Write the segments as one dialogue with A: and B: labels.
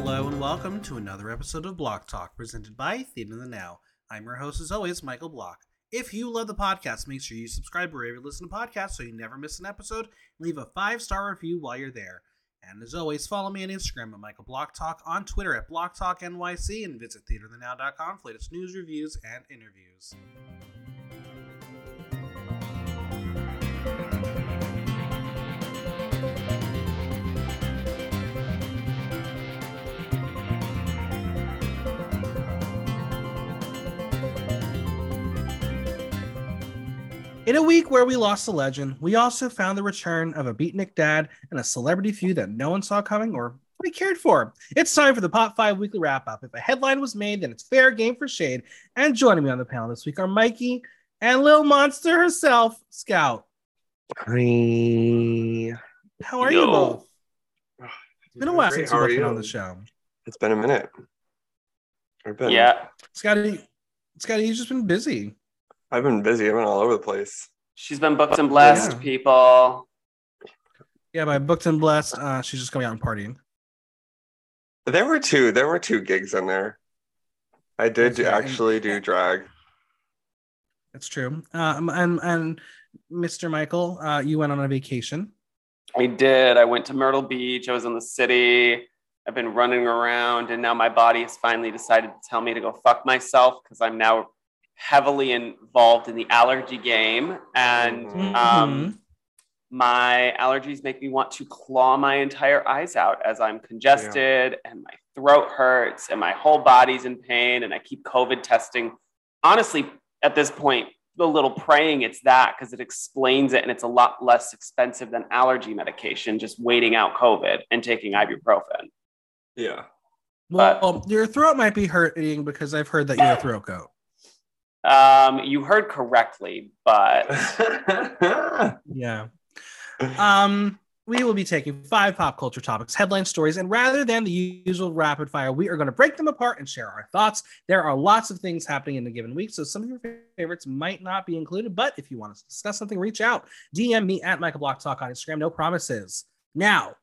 A: welcome to another episode of Block Talk presented by Theater in the Now. I'm your host, as always, Michael Block. If you love the podcast, make sure you subscribe wherever you listen to podcasts so you never miss an episode. and Leave a five star review while you're there. And as always, follow me on Instagram at Michael Block Talk, on Twitter at Block Talk NYC, and visit theaterthenow.com for latest news, reviews, and interviews. In a week where we lost a legend, we also found the return of a beatnik dad and a celebrity feud that no one saw coming or really cared for. It's time for the Pop 5 Weekly Wrap Up. If a headline was made, then it's fair game for shade. And joining me on the panel this week are Mikey and Lil Monster herself, Scout.
B: Hi.
A: How are you
C: Yo.
A: both? It's been a while
B: Great,
A: since
B: how
A: you've
B: are
A: been
B: you?
A: on the show.
B: It's been a minute. I've been
C: Yeah,
A: Scotty, Scotty, you've just been busy.
B: I've been busy. I've been all over the place.
C: she's been booked and blessed,
A: Yeah.
C: people.
A: Yeah, by booked and blessed. Uh, she's just going out and partying.
B: There were two. There were two gigs in there. I did
A: That's right, and-
B: actually do drag.
A: That's true. Um, and and Mr. Michael, uh, you went on a vacation.
C: I did. I went to Myrtle Beach. I was in the city. I've been running around, and now my body has finally decided to tell me to go fuck myself because I'm now heavily involved in the allergy game. And
B: Mhm.
A: Mm-hmm.
C: um, my allergies make me want to claw my entire eyes out as I'm congested and my throat hurts and my whole body's in pain and I keep COVID testing. Honestly, at this point, the little praying it's that because it explains it and it's a lot less expensive than allergy medication, just waiting out COVID and taking ibuprofen.
B: Yeah.
A: well,
C: but-
A: well, your throat might be hurting because I've heard that you're a throat goat.
C: Um, you heard correctly, but
A: Yeah. Um, we will be taking five pop culture topics, headline stories, and rather than the usual rapid fire, we are going to break them apart and share our thoughts. There are lots of things happening in a given week, so some of your favorites might not be included. But if you want to discuss something, reach out. DM me at Michael Block Talk on Instagram. No promises. Now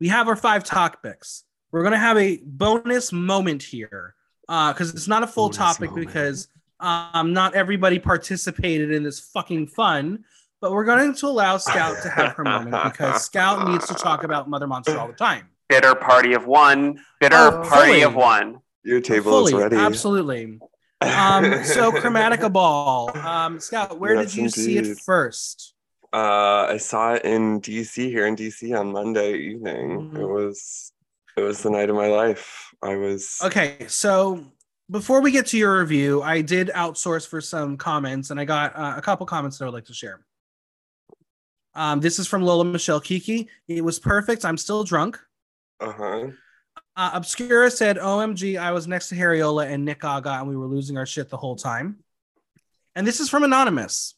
A: we have our five topics. We're going to have a bonus moment here because it's not a full
B: Bonus
A: topic
B: moment.
A: because um, not everybody participated in this fucking fun but we're going to allow Scout to have her moment because Scout needs to talk about Mother Monster all the time.
C: bitter party of one, bitter
B: Oh,
C: party
A: fully.
C: of one.
B: Your table
A: Fully,
B: is ready.
A: absolutely. Um, so Chromatica Ball, um, Scout, where
B: Yes,
A: did you see it
B: indeed.
A: first?
B: Uh, I saw it in DC here in DC on Monday evening.
A: Mhm.
B: It was it was the night of my life. I was
A: Okay, so before we get to your review, I did outsource for some comments, and I got uh, a couple comments that I would like to share. Um, this is from Lola Michelle Kiki. It was perfect. I'm still drunk.
B: uh-huh.
A: Uh, Obscura said, OMG, I was next to Harriola and Nick Gaga, and we were losing our shit the whole time. And this is from Anonymous.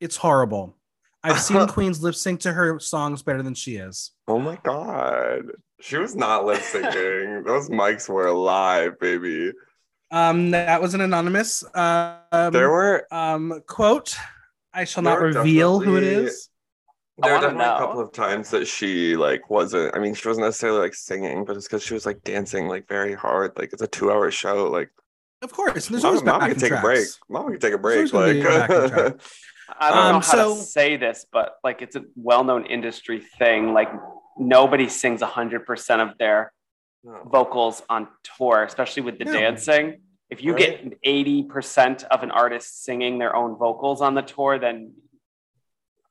A: It's horrible. I've seen Queen's lip sync to her songs better than she is.
B: Oh my god. She was not lip syncing. Those mics were alive, baby.
A: Um, that was an anonymous um,
B: There were
A: um, quote. I shall not
B: There were
A: reveal who it
B: definitely-
A: is.
C: I
B: there were
C: wanna
B: definitely a
C: know.
B: couple of times that she like wasn't. I mean, she wasn't necessarily like singing, but it's because she was like dancing like very hard. Like it's a two-hour show. Like
A: Of course, there's
B: mama,
A: always
B: mama
A: back
B: can take a break. Mama can take a break.
A: always gonna be a backing
B: Like
A: track.
C: I don't know
A: Um,
C: how
A: so-
C: to say this, but like it's a well-known industry thing. Like nobody sings 100% of their
B: No.
C: vocals on tour, especially with the
A: No.
C: dancing. If you get 80% of an artist singing their own vocals on the tour, then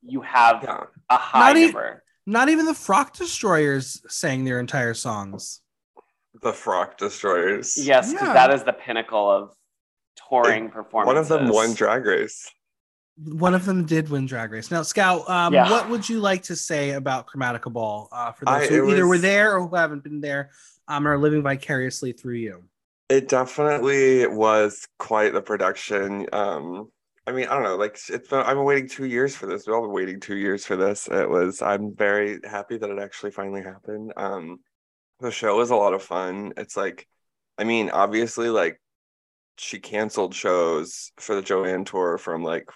C: you have
B: yeah.
C: a high
A: Not e-
C: number.
A: Not even the Frock Destroyers sang their entire songs.
B: The frock destroyers.
C: Yes, because
A: Yeah.
C: that is the pinnacle of touring performances.
B: One of them won drag race.
A: One of them did win Drag Race. Now, Scout, um,
C: Yeah.
A: what would you like to say about Chromatica Ball uh, for
B: I-
A: those who
B: it
A: either were
B: was-
A: there or who haven't been there um, and are living vicariously through you?
B: It definitely was quite the production. Um, I mean, I don't know, like it's been, I've been waiting two years for this. We've all been waiting two years for this. It was, I'm very happy that it actually finally happened. Um, the show was a lot of fun. It's like, I mean, obviously, like she canceled shows for the Joanne tour from like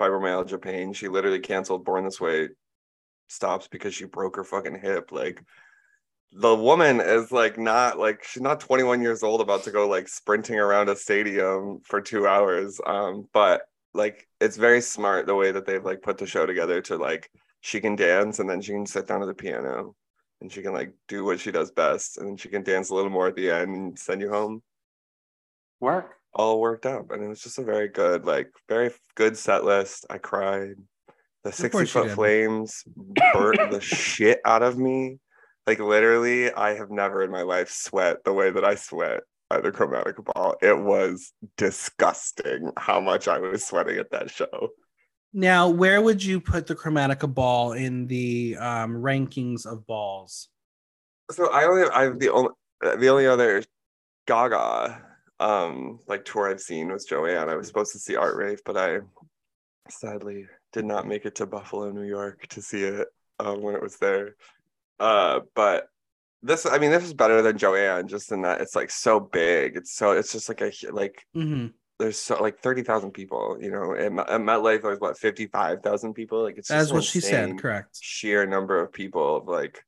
B: fibromyalgia pain. She literally canceled Born This Way stops because she broke her fucking hip. Like the woman is like not like she's not 21 years old about to go like sprinting around a stadium for two hours um but like it's very smart the way that they've like put the show together to like she can dance and then she can sit down at the piano and she can like do what she does best and she can dance a little more at the end and send you home
C: Work.
B: all worked out and it was just a very good like very good set list i cried the 60
A: course you
B: foot
A: did.
B: flames burnt the shit out of me like literally i have never in my life sweat the way that i sweat at the chromatic ball it was disgusting how much i was sweating at that show
A: Now, where would you put the Chromatica ball in the um, rankings of balls?
B: so I only I have the only the only other Gaga um like tour I've seen was Joanne. I was supposed to see Art Rave, but I sadly did not make it to Buffalo, New York to see it um, when it was there. Uh, but this I mean this is better than Joanne just in that it's like so big. It's so it's just like a hu- like
A: hmm
B: there's so like thirty thousand people. You know, at, Met- at MetLife there was what fifty five thousand people. Like it's
A: That's
B: just
A: what she said,
B: insane
A: correct?
B: sheer number of people of like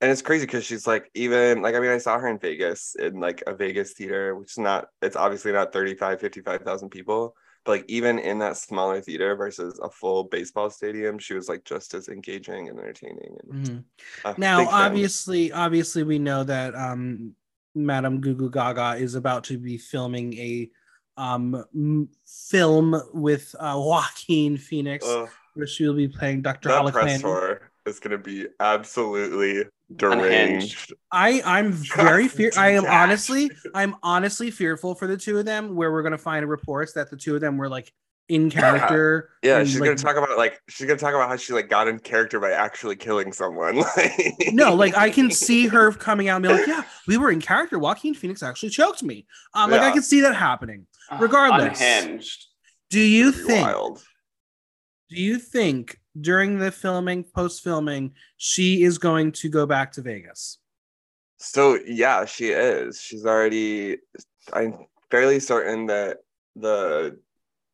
B: and it's crazy because she's like even like i mean i saw her in vegas in like a vegas theater which is not it's obviously not 35 55000 people but like even in that smaller theater versus a full baseball stadium she was like just as engaging and entertaining and
A: Mhm.
B: a
A: Now,
B: big fan.
A: obviously, obviously, we know that um, Madam Goo Goo Gaga is about to be filming a um, m- film with uh, Joaquin Phoenix,
B: Ugh,
A: where she will be playing Dr.
B: that press
A: Holoclan.
B: tour is going to be absolutely
C: Unhinged.
B: deranged
A: I I'm very fear. I am
B: Yes.
A: honestly I'm honestly fearful for the two of them. Where we're gonna find reports that the two of them were like in character.
B: yeah
A: and,
B: she's
A: like,
B: going to talk about like she's going to talk about how she like got in character by actually killing someone like
A: No, like I can see her coming out and be like, "Yeah, we were in character. Joaquin Phoenix actually choked me." Um, like I
B: Yeah.
A: can see that happening. Regardless.
C: Unhinged.
A: Do you
B: Pretty
A: think?
B: wild
A: Do you think during the filming, post filming, she is going to go back to Vegas?
B: So yeah, she is. She's already. I'm fairly certain that the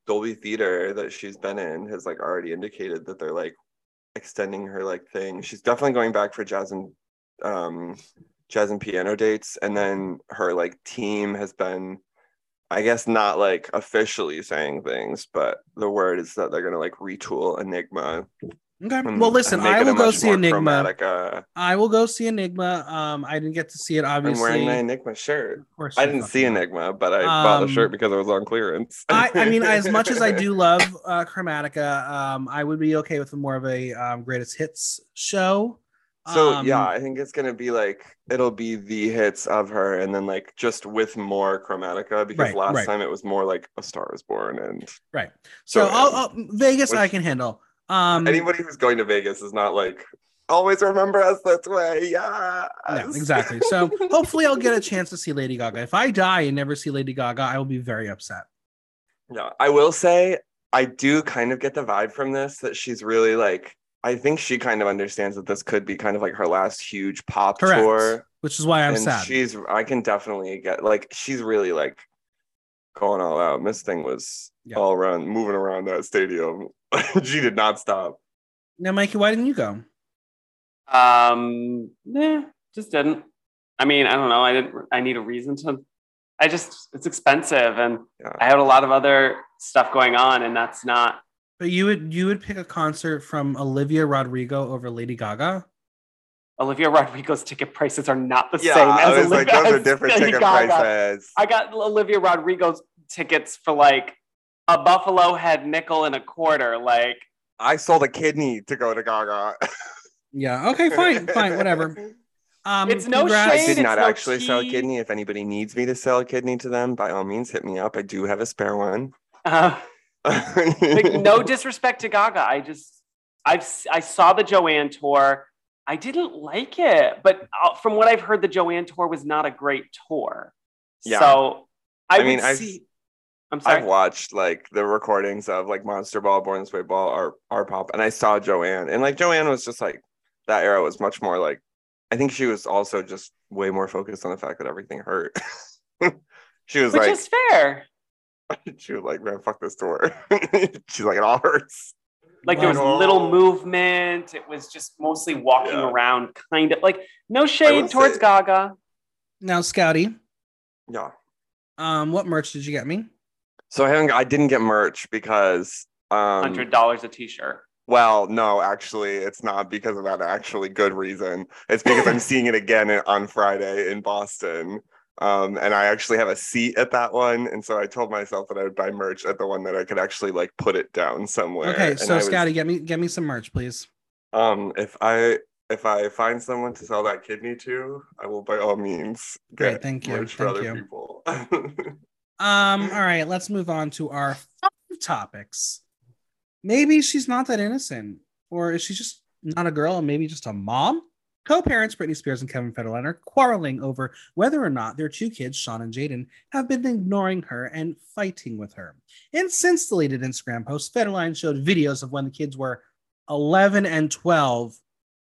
B: Dolby Theater that she's been in has like already indicated that they're like extending her like thing. She's definitely going back for jazz and um, jazz and piano dates, and then her like team has been. I guess not like officially saying things, but the word is that they're gonna like retool Enigma.
A: Okay.
B: and-
A: Well, listen,
B: Hmm, and make
A: I
B: it a
A: will go
B: much
A: see
B: more
A: Enigma.
B: Chromatica.
A: I will go see Enigma. Um, I didn't get to see it,
B: I'm
A: obviously.
B: wearing my Enigma shirt.
A: Of course
B: I
A: you
B: didn't
A: fucking
B: see
A: are.
B: Enigma, but I bought the
A: Um,
B: shirt because it was on clearance.
A: I, I mean, as much as I do love uh, Chromatica, um, I would be okay with more of a um, greatest hits show.
B: So
A: Um,
B: yeah, I think it's gonna be like it'll be the hits of her, and then like just with more Chromatica because
A: Right,
B: last
A: right.
B: time it was more like A Star Is Born, and
A: right. So,
B: So,
A: I'll,
B: um,
A: I'll, Vegas, I
B: which-
A: can handle. Um,
B: anybody who's going to Vegas is not like always remember us this way. Yeah,
A: Yeah, exactly. So hopefully I'll get a chance to see Lady Gaga. If I die and never see Lady Gaga, I will be very upset.
B: No, I will say I do kind of get the vibe from this that she's really like. I think she kind of understands that this could be kind of like her last huge pop
A: Correct.
B: tour.
A: Which is why I'm
B: and
A: sad.
B: she's I can definitely get like she's really like going all out. Miss Thing was
A: Yeah.
B: all around moving around that stadium. she did not stop.
A: now, Mikey, why didn't you go?
C: Um, nah, just didn't. I mean, I don't know. I didn't. I need a reason to. I just it's expensive, and
B: Yeah.
C: I had a lot of other stuff going on, and that's not.
A: But you would you would pick a concert from Olivia Rodrigo over Lady Gaga?
C: Olivia Rodrigo's ticket prices are not the
B: Yeah,
C: same as
B: I was
C: Olivia.
B: like, those are
C: as
B: different
C: Lady
B: ticket
C: Gaga.
B: prices.
C: I got Olivia Rodrigo's tickets for like a buffalo head nickel and a quarter. Like,
B: I sold a kidney to go to Gaga.
A: Yeah. Okay. Fine. fine. Whatever. Um,
C: It's no
B: I
C: shade,
B: did
C: it's
B: not
C: no
B: actually sell a
C: key.
B: kidney. If anybody needs me to sell a kidney to them, by all means, hit me up. I do have a spare one.
C: uh, like no disrespect to Gaga. I just I've s- I saw the Joanne tour. I didn't like it, but uh, from what I've heard, the Joanne tour was not a great tour.
B: Yeah.
C: So I,
B: I
C: would
B: mean, I've-
C: see. I'm sorry.
B: I've watched like the recordings of like Monster Ball, Born This Way Ball, or R Pop, and I saw Joanne, and like Joanne was just like that era was much more like I think she was also just way more focused on the fact that everything hurt. she was
C: Which
B: like,
C: is fair.
B: she was like, man, fuck this tour. She's like, it all hurts.
C: Like there was little movement. It was just mostly walking
B: Yeah.
C: around, kind of like no
B: I will
C: shade towards
B: say-
C: Gaga.
A: Now, Scouty,
B: Yeah.
A: um, what merch did you get me?
B: So I haven't. I didn't get merch because. Um,
C: Hundred dollars a T-shirt.
B: Well, no, actually, it's not because of that actually good reason. It's because I'm seeing it again in- on Friday in Boston. Um, and I actually have a seat at that one. And so I told myself that I would buy merch at the one that I could actually like put it down somewhere.
A: Okay,
B: And
A: so
B: I was-
A: Scouty, get me get me some merch, please.
B: Um, if I if I find someone to sell that kidney to, I will by all means
A: Great,
B: get
A: thank you,
B: merch for
A: thank you.
B: other people.
A: Um, all right, let's move on to our five topics. Maybe she's not that innocent, or is she just not a girl and maybe just a mom? Co-parents Britney Spears and Kevin Federline are quarreling over whether or not their two kids, Sean and Jaden, have been ignoring her and fighting with her. In since deleted Instagram post, Federline showed videos of when the kids were 11 and 12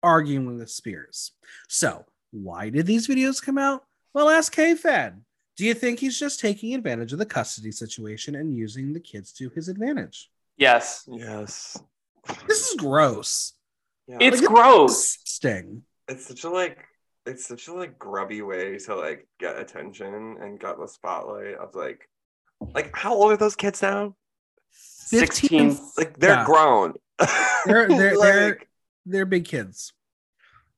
A: arguing with Spears. So, why did these videos come out? Well, ask K-Fed. Do you think he's just taking advantage of the custody situation and using the kids to his advantage?
C: Yes,
B: yes.
A: This is gross.
B: Yeah.
C: it's
A: Like-
C: gross.
A: Sting.
B: it's such a like it's such a like grubby way to like get attention and get the spotlight of like like how old are those kids now
C: Sixteen.
B: like they're
A: Yeah.
B: grown
A: They're- they're- they're-
B: Like,
A: They're big kids.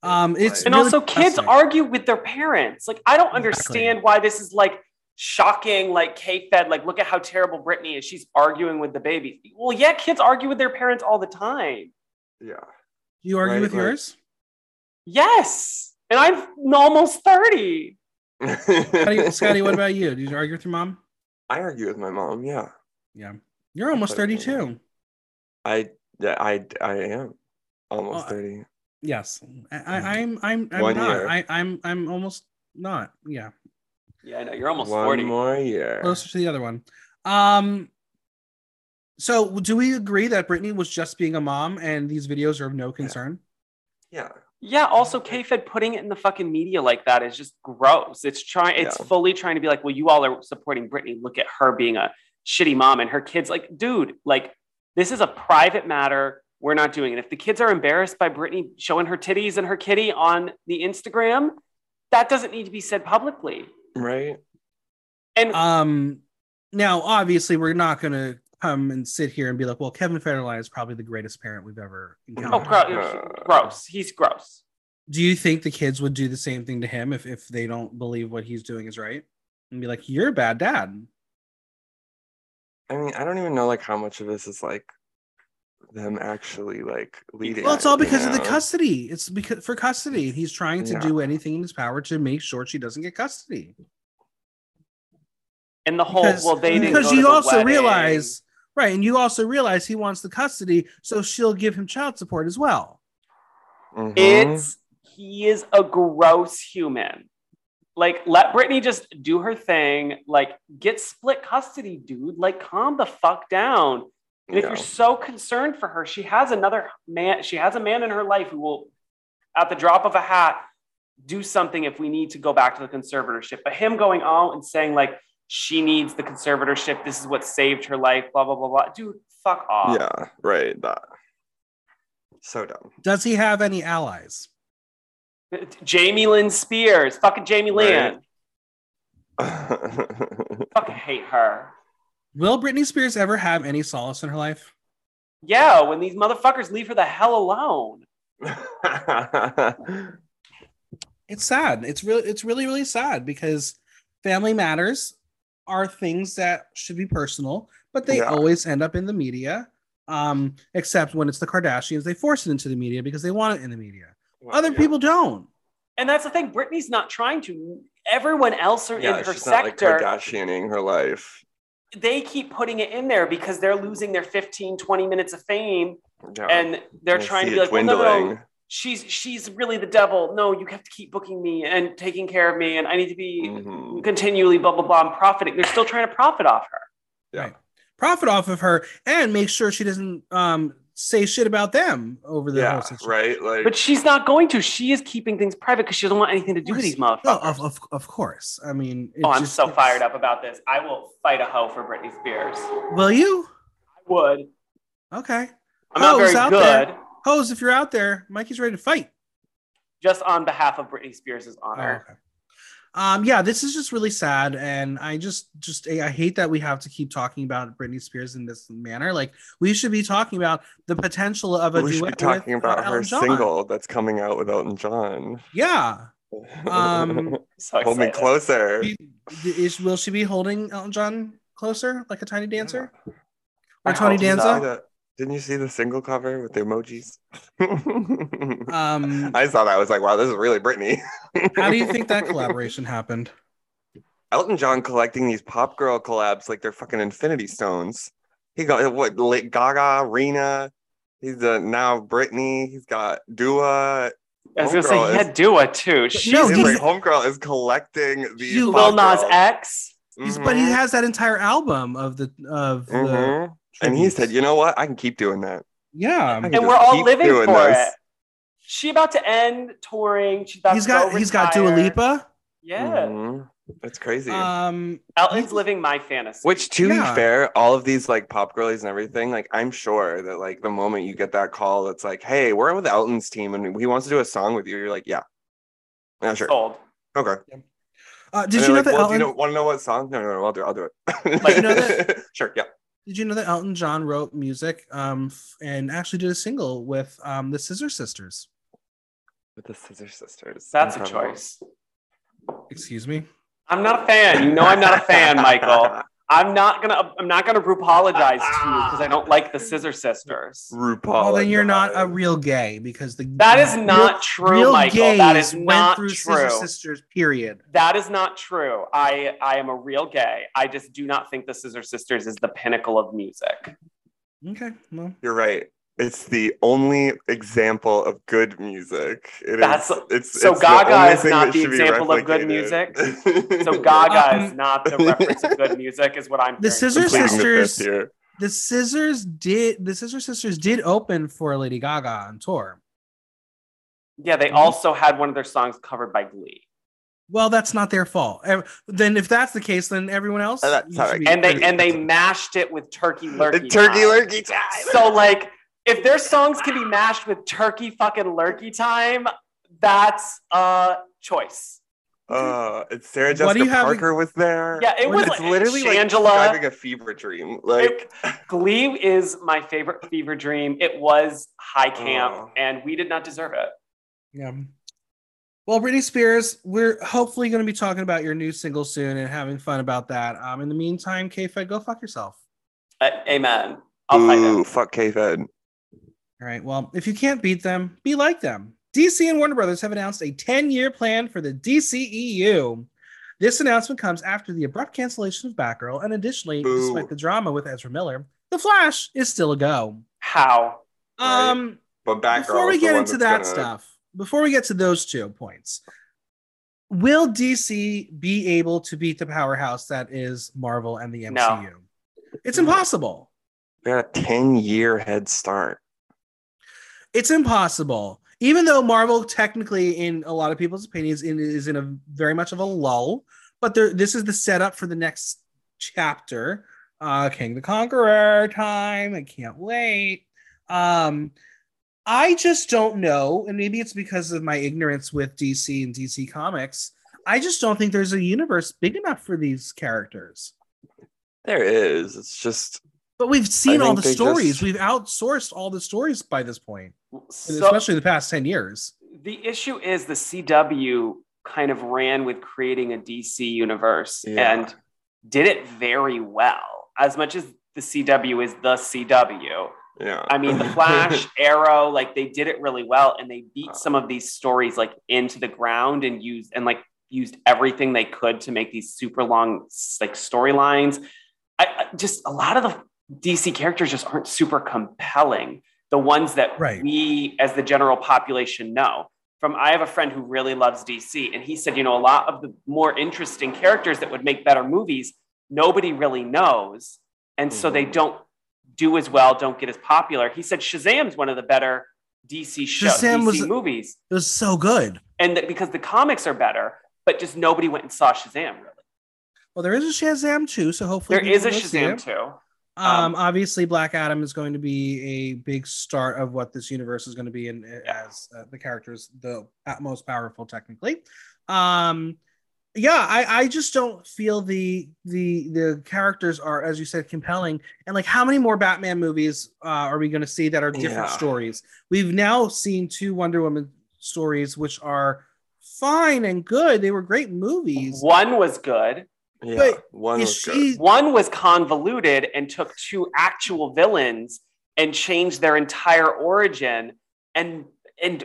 A: Um, it's
C: And
A: really
C: also, kids
A: depressing.
C: argue with their parents. Like, I don't
A: Exactly.
C: understand why this is like shocking. Like, K Fed, like, look at how terrible Brittany is. She's arguing with the baby. Well, yeah, kids argue with their parents all the time.
B: yeah
A: You argue
B: Right,
A: with
B: like-
A: yours?
C: Yes. And I'm almost 30.
A: Scotty, Scotty, what about you? Did you argue with your mom?
B: i argue with my mom yeah
A: Yeah. You're almost
B: Totally.
A: 32.
B: i yeah i i am almost
A: Oh,
B: 30
A: Yes. I, I, I'm I'm I'm
B: Mm-hmm. One
A: not.
B: year.
A: I, I'm I'm almost not. Yeah.
C: Yeah, I know. You're almost
B: one
C: 40.
B: more year
A: Closer to the other one. Um so do we agree that Brittany was just being a mom and these videos are of no concern?
B: yeah
C: Yeah. Also, K Fed putting it in the fucking media like that is just gross. It's trying. It's
B: Yeah.
C: fully trying to be like, well, you all are supporting Britney. Look at her being a shitty mom and her kids. Like, dude, like this is a private matter. We're not doing it. If the kids are embarrassed by Britney showing her titties and her kitty on the Instagram, that doesn't need to be said publicly.
B: right
C: And
A: Um, now, obviously, we're not going to come and sit here and be like, well, Kevin Federline is probably the greatest parent we've ever
C: oh,
A: encountered.
C: gross,
B: Uh.
C: gross. He's gross.
A: Do you think the kids would do the same thing to him if, if they don't believe what he's doing is right? And be like, you're a bad dad.
B: i mean i don't even know like how much of this is like them actually like leading
A: well, it's all
B: it, you
A: because of the
B: know?
A: custody. It's because for custody, he's trying to
B: Yeah.
A: do anything in his power to make sure she doesn't get custody.
C: And the whole
A: Because-
C: well, they didn't
A: because
C: go to
A: you
C: the
A: also
C: wedding.
A: realize, right? And you also realize he wants the custody, so she'll give him child support as well.
B: Mhm.
C: It's he is a gross human. Like, let Brittany just do her thing. Like, get split custody, dude. Like, calm the fuck down. And if
B: Yeah.
C: you're so concerned for her, she has another man. She has a man in her life who will, at the drop of a hat, do something if we need to go back to the conservatorship. But him going on and saying like she needs the conservatorship. This is what saved her life. Blah blah blah blah. Dude, fuck off.
B: Yeah, right. That. So dumb.
A: Does he have any allies?
C: Jamie Lynn Spears. Fucking Jamie Lynn.
B: Right. I
C: Fucking hate her.
A: Will Britney Spears ever have any solace in her life?
C: Yeah, when these motherfuckers leave her the hell alone.
A: It's sad. It's really it's really really sad because family matters are things that should be personal, but they
B: Yeah.
A: always end up in the media. Um, except when it's the Kardashians, they force it into the media because they want it in the media. Other people don't.
C: And that's the thing, Britney's not trying to. Everyone else are
B: yeah,
C: in her
B: she's not like
C: sector,
B: Kardashianing her life.
C: they keep putting it in there because they're losing their 15, 20 minutes of fame.
B: Yeah.
C: And they're
B: I
C: trying
B: see
C: to
B: it
C: be like, well, no, no, no, she's, she's really the devil. No, you have to keep booking me and taking care of me. And I need to be
B: Mhm.
C: continually blah, blah, blah. I'm profiting. They're still trying to profit off her.
B: Yeah.
A: Right. Profit off of her and make sure she doesn't um say shit about them over the
B: Yeah,
A: whole situation.
B: right. Like,
C: But she's not going to. She is keeping things private because she doesn't want anything to do with these motherfuckers.
A: No, Oh, of, of, of course. I mean, it
C: Oh, I'm
A: just-
C: so
A: it's-
C: fired up about this. I will fight a hoe for Britney Spears. I
A: Will you?
C: would.
A: Okay.
C: I'm not
A: Hose
C: very
A: out
C: good.
A: there. Hose, if you're out there, Mikey's ready to fight.
C: Just on behalf of Britney Spears'
A: Oh,
C: honor.
A: okay. Um, yeah, this is just really sad, and I just, just, I I hate that we have to keep talking about Britney Spears in this manner. Like, we should be talking about the potential of a
B: we should be
A: duet
B: talking
A: with, uh,
B: about her
A: Elton John.
B: single that's coming out with Elton John.
A: Yeah, Um,
C: So
B: Hold me
C: excited.
B: closer.
A: Be- is will she be holding Elton John closer, like a tiny dancer,
C: I
A: or Tony
B: Didn't you
C: hope so.
B: see
A: Danza?
B: the- Didn't you see the single cover with the emojis?
A: Um,
B: I saw that. I was like, wow, this is really Britney.
A: how do you think that collaboration happened?
B: Elton John collecting these pop girl collabs like they're fucking Infinity Stones. He got what like Gaga, Rena. He's uh, now Britney. He's got Dua.
C: I was gonna say,
B: Homegirl
C: yeah,
B: is-
C: Dua too. She's
A: No,
B: He's
A: he's-
B: like homegirl is collecting these.
A: You-
B: pop
C: Lil Nas
B: girls.
C: X.
A: He's- But he
B: Mhm.
A: has that entire album of the of the.
B: Mhm. And he
A: tributes.
B: said, you know what? I can keep doing that.
A: "Yeah,
B: I can
C: and
B: just
C: we're all
B: keep
C: living
B: doing
C: for
B: this.
C: it. She about to end touring. She's about
A: he's
C: to
A: got
C: go
A: he's got Dua
C: retire.
A: Lipa.
C: Yeah,
B: Mhm. That's crazy.
A: Um,
C: Elton's living my fantasy.
B: Which, to
A: Yeah.
B: be fair, all of these like pop girlies and everything, like I'm sure that like the moment you get that call that's like, hey, we're with Elton's team and he wants to do a song with you, you're like, yeah. Yeah, sure.
C: sold.
B: Okay.
A: uh,
B: And
A: did
B: they're
A: you know
B: like,
A: that
B: well,
A: Elton?
B: Do you know, want to know what song? No, no, no, I'll do it. I'll do it.
C: Like,
A: you know that-
B: sure. Yeah.
A: Did you know that Elton John wrote music um f- and actually did a single with um the Scissor Sisters?
B: With the Scissor Sisters.
C: That's a
B: Incredible.
C: choice.
A: Excuse me.
C: I'm not a fan. You know, I'm not a fan, Michael. I'm not gonna. I'm not gonna apologize to you because I don't like the Scissor Sisters.
B: RuPaul.
A: Well, then you're not a
B: apologized.
A: real gay because the
C: That is
A: real-
C: not true,
A: real
C: Michael. That
A: gays
C: is
A: went
C: not
A: through
C: true.
A: Scissor Sisters. Period.
C: That is not true. I I am a real gay. I just do not think the Scissor Sisters is the pinnacle of music.
A: Okay. Well,
B: You're right. It's the only example of good music. It is-
C: That's-
B: it's
C: so
B: it's the
C: Gaga
B: only
C: is
B: thing
C: not
B: that
C: the
B: should be
C: example of good
B: replicated.
C: music? So Gaga is not the reference of good music, is what I'm.
A: Um, The
C: hearing.
A: Scissor
B: Completing the
A: Sisters-
B: fifth year.
A: the Scissors did the Scissor Sisters did open for Lady Gaga on tour.
C: Yeah, they also had one of their songs covered by Glee,
A: Well, that's not their fault. Ev- Then, if that's the case, then everyone else.
B: Uh, that's
A: you
B: all
A: should
B: right.
A: be
C: and they
A: critical.
C: and they mashed it with Turkey Lurkey.
B: turkey
C: time.
B: lurkey time.
C: So like, if their songs can be mashed with Turkey fucking Lurkey time, that's a choice.
B: Uh, it's Sarah
A: What do
B: Jessica
A: you have-
B: Parker was there.
C: Yeah, it was
B: it's
C: like-
B: literally
C: Shangela-
B: like describing a fever dream. Like
C: Glee is my favorite fever dream. It was high camp,
B: Oh.
C: and we did not deserve it.
A: Yeah. Well, Britney Spears, we're hopefully going to be talking about your new single soon and having fun about that. Um, in the meantime, K Fed, go fuck yourself.
C: Uh, amen. I'll find it.
B: ooh, fuck K Fed.
A: All right. Well, if you can't beat them, be like them. DC and Warner Brothers have announced a 10 year plan for the DCEU. This announcement comes after the abrupt cancellation of Batgirl, and additionally,
B: Boo.
A: despite the drama with Ezra Miller, The Flash is still a go.
C: How?
B: Right.
A: Um,
B: But Batgirl.
A: before we
B: is the
A: get
B: one
A: into that
B: that's gonna-
A: stuff, before we get to those two points, will DC be able to beat the powerhouse that is Marvel and the
C: No.
A: MCU? It's impossible.
B: we got a ten-year head start.
A: it's impossible. Even though Marvel, technically, in a lot of people's opinions, in, is in a very much of a lull, but there, this is the setup for the next chapter, uh, King the Conqueror time. I can't wait. Um, I just don't know, and maybe it's because of my ignorance with DC and DC Comics. I just don't think there's a universe big enough for these characters.
B: There is. It's just
A: But we've seen all
B: think
A: the
B: they
A: stories.
B: just-
A: We've outsourced all the stories by this point, and
C: So,
A: especially the past ten years.
C: the issue is the CW kind of ran with creating a DC universe
B: Yeah.
C: and did it very well. As much as the CW is the CW,
B: yeah.
C: I mean, The Flash, Arrow, like they did it really well, and they beat some of these stories like into the ground and used and like used everything they could to make these super long like storylines. I, I just a lot of the DC characters just aren't super compelling. The ones that
A: Right.
C: we as the general population know. From I have a friend who really loves DC, and he said, you know, a lot of the more interesting characters that would make better movies, nobody really knows, and so they
A: Mm-hmm.
B: Mhm.
C: don't do as well, don't get as popular. He said Shazam's one of the better DC shows,
A: Shazam
C: DC
A: was-
C: movies,
A: It was so good.
C: and that because the comics are better, but just nobody went and saw Shazam. Really,
A: Well, there is a Shazam too, so hopefully
C: there is a
A: people will see
C: Shazam
A: it.
C: too.
A: Um, obviously, Black Adam is going to be a big start of what this universe is going to be, and as uh, the character is the most powerful technically. Um, yeah, I, I just don't feel the the the characters are, as you said, compelling. And like, how many more Batman movies uh, are we going to see that are different
B: Yeah.
A: stories? We've now seen two Wonder Woman stories, which are fine and good. They were great movies.
C: One was good.
B: Yeah,
A: But
B: one
A: Is
B: was good.
A: she
C: One was convoluted and took two actual villains and changed their entire origin and and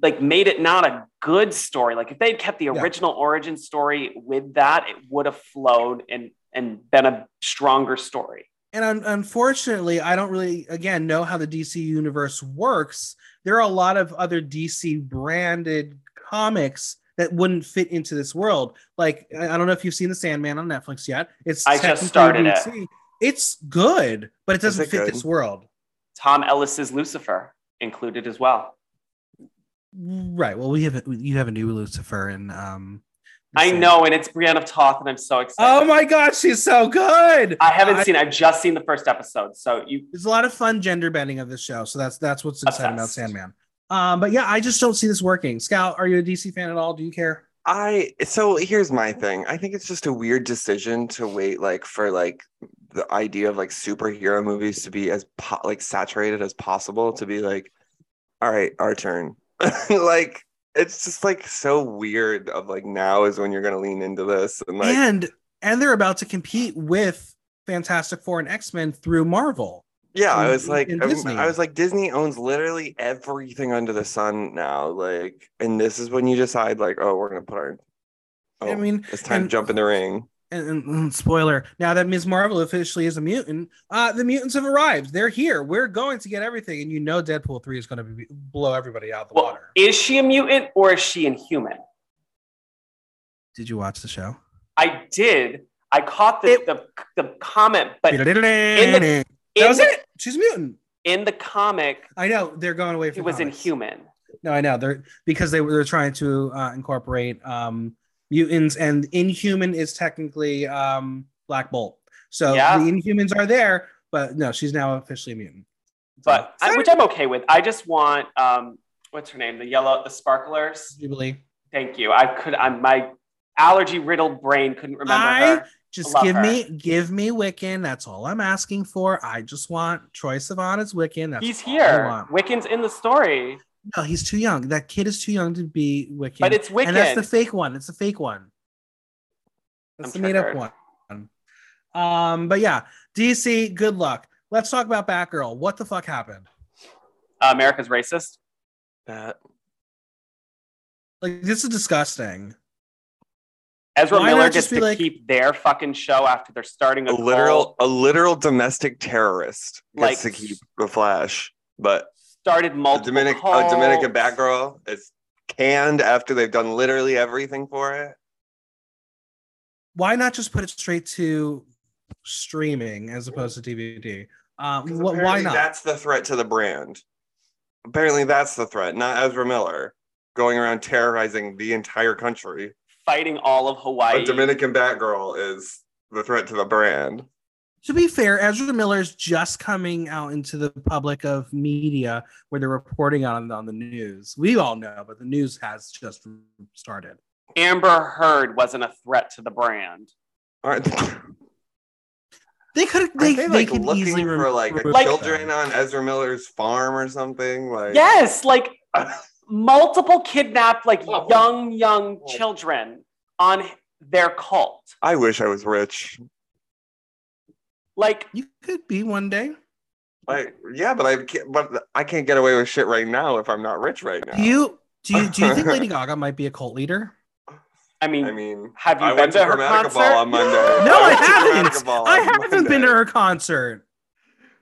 C: like made it not a good story. Like if they'd kept the
A: Yeah.
C: original origin story with that, it would have flowed and and been a stronger story.
A: and un- unfortunately i don't really again know how the dc universe works there are a lot of other dc branded comics that wouldn't fit into this world like i I don't know if you've seen the sandman on netflix yet it's
C: I just
A: technically
C: started it.
A: DC. it's good but it doesn't
B: it
A: fit
B: good?
A: this world
C: Tom Ellis's Lucifer included as well.
A: right well we have a, you have a new lucifer and um the
C: I
A: Sandman.
C: know, and it's Brianna of Toth, and I'm so excited.
A: oh my gosh she's so good
C: I haven't seen. I've just seen the first episode, so you
A: there's a lot of fun gender bending of this show. So that's that's what's exciting about
C: Obsessed.
A: Sandman. Um, but yeah, I just don't see this working. Scout, are you a DC fan at all? Do you care?
B: I so here's my thing. I think it's just a weird decision to wait like for like the idea of like superhero movies to be as po- like saturated as possible to be like, all right, our turn. like it's just like so weird of like now is when you're gonna lean into this and like
A: and and they're about to compete with Fantastic Four and X Men through Marvel.
B: yeah, I
A: and-
B: was like
A: and
B: I-
A: Disney.
B: I was like Disney owns literally everything under the sun now. Like, and this is when you decide like, oh, we're gonna put our oh,
A: I mean,
B: it's time
A: and-
B: to jump in the ring.
A: and, and- and spoiler: now that Ms. Marvel officially is a mutant, uh, the mutants have arrived. They're here. We're going to get everything, and you know, Deadpool three is going to be, blow everybody out of the
C: Well,
A: water.
C: is she a mutant or is she inhuman?
A: Did you watch the show?
C: I did. I caught the
A: It-
C: the, the comment, but in
A: that was
C: the,
A: it. She's a mutant.
C: in the comic,
A: I know they're going away from.
C: it was
A: comics.
C: inhuman.
A: No, I know they're because they were trying to uh, incorporate um, mutants, and Inhuman is technically um, Black Bolt. So
C: Yeah.
A: the Inhumans are there, but no, she's now officially a mutant.
C: But
A: So-
C: I, which I'm okay with. I just want um, what's her name? The yellow, the sparklers.
A: Jubilee,
C: Thank you. I could. I'm my allergy riddled brain couldn't remember
A: I-
C: her.
A: just
C: Love
A: give
C: her.
A: me give me Wiccan. That's all I'm asking for. I just want Troy Sivan as Wiccan. That's
C: He's
A: all I
C: here.
A: want.
C: Wiccan's in the story,
A: No, he's too young. That kid is too young to be Wiccan.
C: but it's Wiccan.
A: and that's the fake one. It's the fake one. That's
C: I'm
A: the made up
C: triggered.
A: one. Um, but yeah, DC, good luck. Let's talk about Batgirl. What the fuck happened?
C: Uh, America's racist.
B: That
A: Like this is disgusting.
C: Ezra
A: Why not
C: Miller
A: just
C: gets
A: be
C: to
A: like-
C: keep their fucking show after they're starting a,
B: a literal a literal domestic terrorist
C: Like-
B: gets to keep the flash but
C: started
B: a
C: multiple
B: dominic a
C: cults.
B: dominican batgirl is canned after they've done literally everything for it
A: Why not just put it straight to streaming as opposed to DVD? Um,
B: 'Cause
A: wh- why
B: apparently
A: not?
B: that's the threat to the brand apparently that's the threat not ezra miller going around terrorizing the entire country
C: fighting all of Hawaii.
B: a dominican batgirl is the threat to the brand
A: to be fair, Ezra Miller's just coming out into the public of media where they're reporting on on the news. We all know, but the news has just started.
C: Amber Heard wasn't a threat to the brand.
B: aren't
A: They could
B: they,
A: they,
B: they,
A: they,
B: like
A: could
B: looking
A: easily
B: for like
A: remove
C: Like-
B: children on ezra miller's farm or something like
C: Yes, like multiple kidnapped, like
B: Oh.
C: young, young
B: Oh.
C: children on their cult.
B: i wish i was rich
C: Like
A: You could be one day.
B: Like, yeah, but I can't, but I can't get away with shit right now if I'm not rich right now.
A: Do you do you do you think Lady Gaga might be a cult leader?
C: I mean,
B: I mean,
C: have you
B: I
C: been
B: went
C: to
B: to
C: her
B: Chromatica
C: concert?
B: Ball on Monday.
A: No, I
B: went to
A: haven't.
B: Chromatica Ball
A: I
B: on
A: haven't been
B: Monday.
A: to her concert.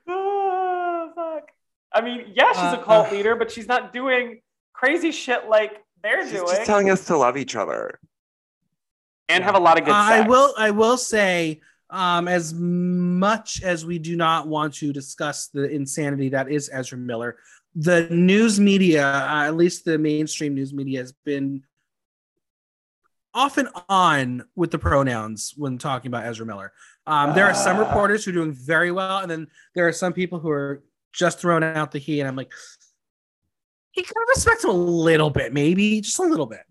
C: ah, fuck. I mean, yeah, she's a
A: Uh,
C: cult
A: uh.
C: leader, but she's not doing crazy shit like they're
B: She's
C: doing,
B: just telling us to love each other.
C: and have a lot of good.
A: I
C: sex.
A: will I will say um, as much as we do not want to discuss the insanity that is Ezra Miller, the news media, uh, at least the mainstream news media, has been off and on with the pronouns when talking about Ezra Miller. Um, there are some
C: Ah.
A: reporters who are doing very well, and then there are some people who are just throwing out the he, and I'm like, you gotta respect him a little bit, maybe just a little bit.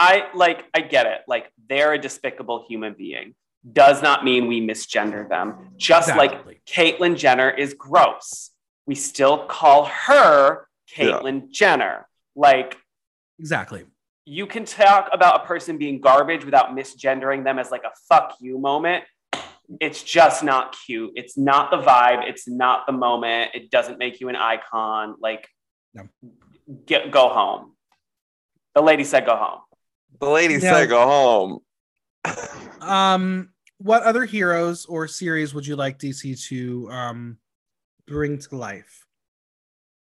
C: I like, I get it. Like, they're a despicable human being. Does not mean we misgender them. Just
A: Exactly.
C: like Caitlyn Jenner is gross, we still call her Caitlyn Jenner. Like,
A: Exactly.
C: you can talk about a person being garbage without misgendering them as like a fuck you moment. It's just not cute. It's not the vibe. It's not the moment. It doesn't make you an icon. Like,
A: No.
C: get go home. The lady said, "Go home."
B: The lady
A: Yeah.
B: said go home.
A: Um, what other heroes or series would you like DC to um bring to life?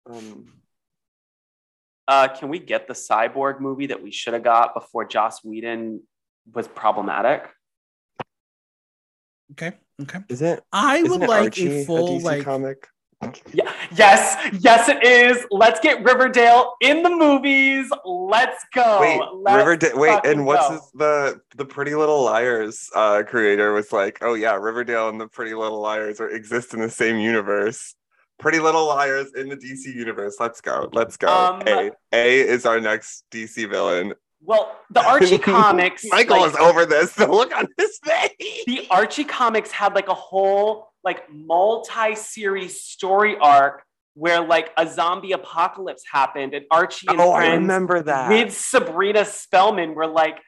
B: Um,
C: Uh, can we get the cyborg movie that we should have got before Joss Whedon was problematic?
A: Okay, okay.
B: is it?
A: I
B: Isn't
A: would
B: it
A: like
B: Archie,
A: a full
B: DC
A: like
B: comic?
C: Yeah. Yes. Yes, it is. Let's get Riverdale in the movies. Let's go.
B: Wait,
C: Oh, Let's
B: Riverdale. Wait,
C: fucking
B: and what's
C: go.
B: his, the the Pretty Little Liars uh, creator was like, oh yeah, Riverdale and the Pretty Little Liars are, exist in the same universe. Pretty Little Liars in the DC universe. Let's go. Let's go.
C: Um,
B: a A is our next DC villain.
C: Well, the Archie comics.
B: Michael
C: like,
B: is over this. The look on his face.
C: The Archie comics had like a whole like multi-series story arc where like a zombie apocalypse happened, and Archie and
B: Oh, I
C: friends
B: remember that.
C: with Sabrina Spellman were like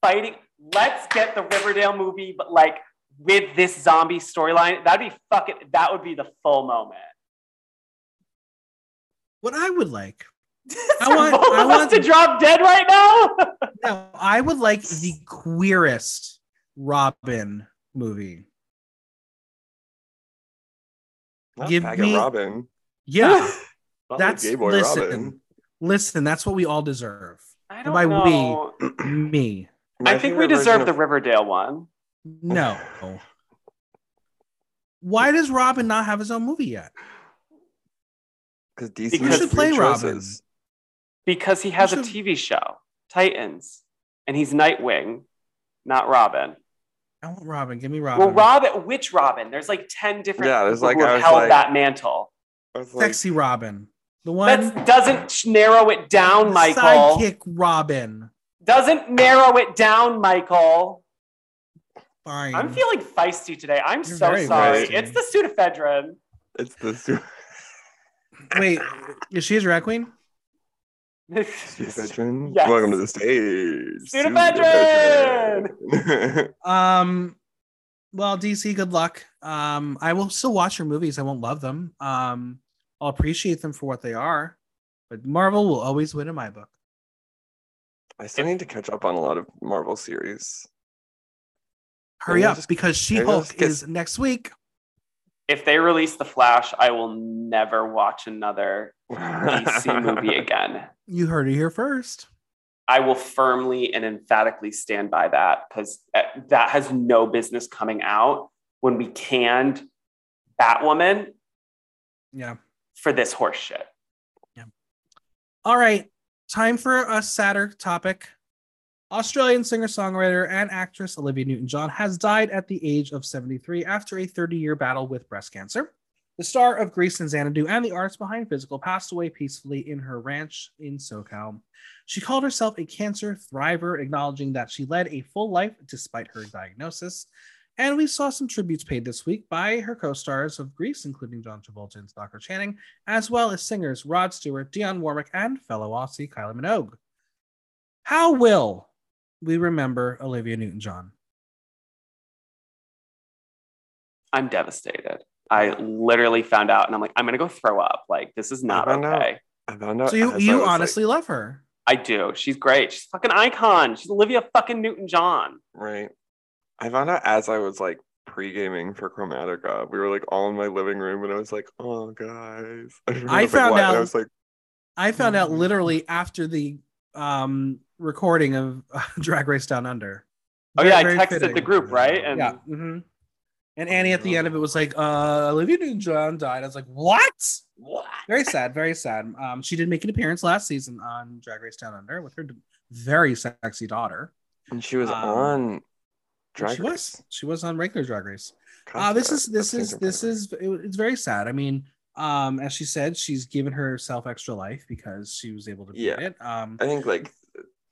C: fighting. Let's get the Riverdale movie, but like with this zombie storyline, that'd be fucking. That would be the full moment.
A: what I would like.
C: Are
A: want-
C: both
A: I
C: of us
A: want-
C: to drop dead right now.
A: No, I would like the queerest Robin movie.
B: Not
A: give
B: Faggot
A: me-
B: Robin.
A: Yeah,
B: Not
A: that's
B: Oh, Gay Boy
A: listen,
B: Robin.
A: listen. That's what we all deserve.
C: I don't
A: By we,
C: know.
A: Me,
B: My
C: I think we
B: favorite version
C: deserve the
B: of-
C: Riverdale one.
A: no. Why does Robin not have his own movie yet?
B: Because DC
C: Because-
B: has
C: You should
B: three
A: play Robin.
B: choices.
C: because he has a
A: should-
C: TV show, Titans, and he's Nightwing, not Robin.
A: I want Robin. Give me Robin.
C: Well, Robin, which Robin? There's like ten different
B: Yeah, there's
C: people
B: like-
C: who
B: I
C: have
B: was
C: held
B: like-
C: that mantle.
B: I was like,
A: sexy Robin, the one
C: That doesn't narrow it down,
A: the
C: Michael.
A: sidekick Robin.
C: Doesn't narrow it down, Michael.
A: Fine.
C: I'm feeling feisty today. I'm
A: You're
C: so
A: very
C: sorry.
B: feisty.
C: It's the pseudoephedrine.
B: It's the su-
A: Wait, is she a drag queen?
B: Pseudo-veteran.
C: Yes.
B: Welcome to the stage.
C: Pseudo-veteran.
B: Pseudo-veteran.
A: Um, well, DC, good luck. Um, I will still watch your movies. I won't love them. Um, I'll appreciate them for what they are, but Marvel will always win in my book.
B: I still need to catch up on a lot of Marvel series.
A: Hurry
B: Maybe I'll
A: up
B: just-
A: because She
B: maybe I'll
A: Hulk
B: just get-
A: is next week.
C: if they release the Flash, I will never watch another DC movie again.
A: You heard it here first.
C: I will firmly and emphatically stand by that because that has no business coming out when we canned Batwoman
A: Yeah.
C: for this horseshit.
A: All right. Time for a sadder topic. Australian singer songwriter and actress Olivia Newton John has died at the age of 73 after a 30 year battle with breast cancer. The star of Grease and Xanadu and the artist behind Physical passed away peacefully in her ranch in SoCal. She called herself a cancer thriver, acknowledging that she led a full life despite her diagnosis. And we saw some tributes paid this week by her co stars of Grease, including John Travolta and Stalker Channing, as well as singers Rod Stewart, Dionne Warwick, and fellow Aussie Kylie Minogue. How will we remember Olivia Newton John?
C: I'm devastated. I literally found out and I'm like, I'm gonna go throw up. Like, this is not
B: I don't know.
C: okay.
B: I found
C: Uh,
B: out
A: So you,
B: as I
A: you
B: was, like,
A: honestly love her.
C: I do. She's great. She's a fucking icon. She's Olivia fucking Newton John.
B: right. I found out as I was like pre-gaming for Chromatica. We were like all in my living room, and I was like, "Oh, guys!" I, remember, like,
A: found
B: what- and
A: out-
B: I was like,
A: I found out
C: Mm-hmm.
B: Mhm.
A: literally after the um, recording of uh, Drag Race Down Under.
C: Oh
A: Very-
C: yeah, I
A: very
C: texted
A: fitting.
C: the group, right? And Oh,
A: yeah. mhm. And Annie at the end of it was like, uh, Olivia Newton John died. I was like, what?
C: what?
A: Very sad, very sad. Um, she did make an appearance last season on Drag Race Down Under with her very sexy daughter.
B: And she was
A: Um,
B: on Drag
A: she
B: Race.
A: was she was on regular drag race
B: Gosh,
A: uh, this
B: I-
A: is this
B: I've seen
A: is
B: her
A: this
B: before.
A: is it, it's very sad i mean um as she said she's given herself extra life because she was able to beat
B: Yeah. Uh,
A: it um
B: I think like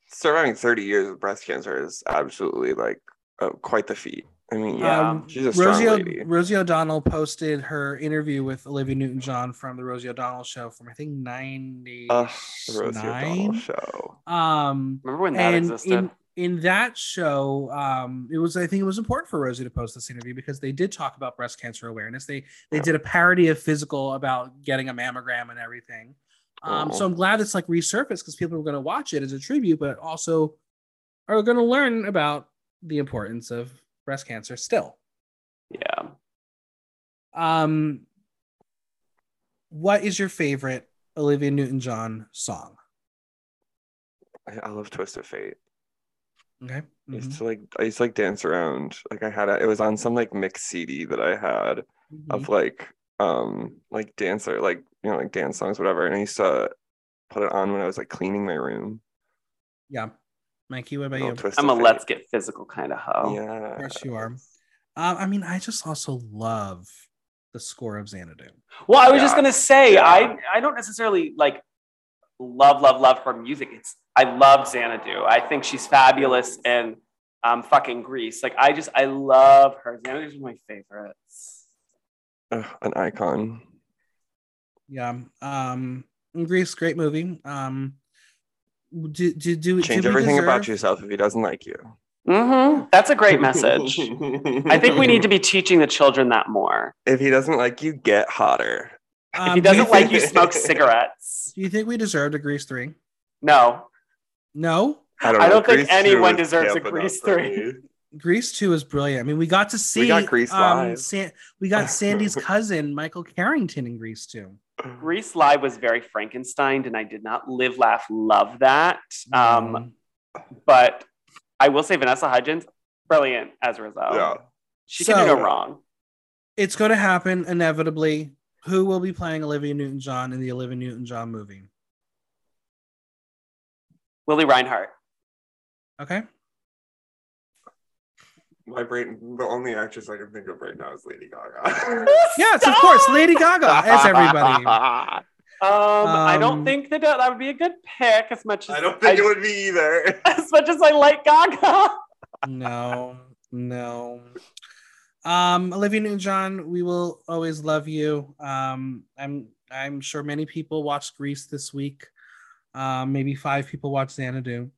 B: surviving 30 years of breast cancer is absolutely like uh, quite the feat. I mean,
C: Yeah.
A: um,
B: she's a strong
A: Rosie, O-
B: lady.
A: Rosie O'Donnell posted her interview with Olivia Newton-John from the Rosie O'Donnell show from I think ninety
B: Ugh, the Rosie O'Donnell
A: nine.
B: show.
A: Um,
C: Remember when that
A: and
C: existed?
A: in in that show, um, it was I think it was important for Rosie to post this interview because they did talk about breast cancer awareness. They they
B: Yeah.
A: did a parody of physical about getting a mammogram and everything. Um,
B: Oh.
A: So I'm glad it's like resurfaced because people are going to watch it as a tribute, but also are going to learn about the importance of breast cancer still.
C: yeah.
A: Um, what is your favorite Olivia Newton-John song?
B: I, I love Twisted Fate.
A: Okay.
B: I used
A: Mhm.
B: to like I used to like dance around. Like I had a, it was on some like mix CD that I had
A: Mhm.
B: of like um like dancer like you know like dance songs whatever. And I used to put it on when I was like cleaning my room.
A: Yeah. Mikey, what about
B: Little
A: you?
B: Twisted
C: I'm a
B: Fate.
C: let's get physical kind of hoe.
A: Of
B: yeah.
A: course you are. Um, I mean, I just also love the score of Xanadu.
C: Well, I was just
B: Yeah.
C: gonna say,
B: Yeah.
C: I I don't necessarily like love, love, love her music. It's I love Xanadu. I think she's fabulous in um fucking Greece. Like I just I love her. Xanadu's one of my favorites.
B: Ugh, an icon.
A: Yeah. Um, Greece, great movie. Um, do do do
B: Change
A: do we
B: everything about
A: deserve-
B: yourself if he doesn't like you.
C: Mm-hmm. That's a great message. I think we need to be teaching the children that more.
B: If he doesn't like you, get hotter.
A: Um,
C: If he
A: do you
C: doesn't
A: think-
C: like you, smoke cigarettes.
A: do you think we deserved a Grease three?
C: No.
A: No,
C: I
B: know,
C: don't think
B: Grease 2
C: anyone
B: was
C: deserves a
B: camping out
C: Grease
B: for
C: 3.
B: me.
A: Grease two is brilliant. I mean, we got to see um,
B: got Grease live.
A: San- we got Sandy's cousin Michael Carrington in Grease two.
C: Grease Live was very Frankenstein, and I did not live, laugh, love that. Um, but I will say Vanessa Hudgens, brilliant as Rizzo.
B: Yeah.
C: She can do
A: So-
C: no wrong.
A: it's going to happen inevitably. Who will be playing Olivia Newton-John in the Olivia Newton-John movie?
C: Willie Reinhart.
A: Okay.
B: My brain, the only actress I can think of right now is Lady Gaga.
A: Yes, of course, Lady Gaga as everybody.
C: Um, I
A: Um,
C: don't think that that would be a good pick as much as
B: I don't think it would be either.
C: as much as I like Gaga.
A: No, no. Um, Olivia Newton-John, we will always love you. Um, I'm I'm sure many people watched Grease this week. Um, maybe five people watched Xanadu.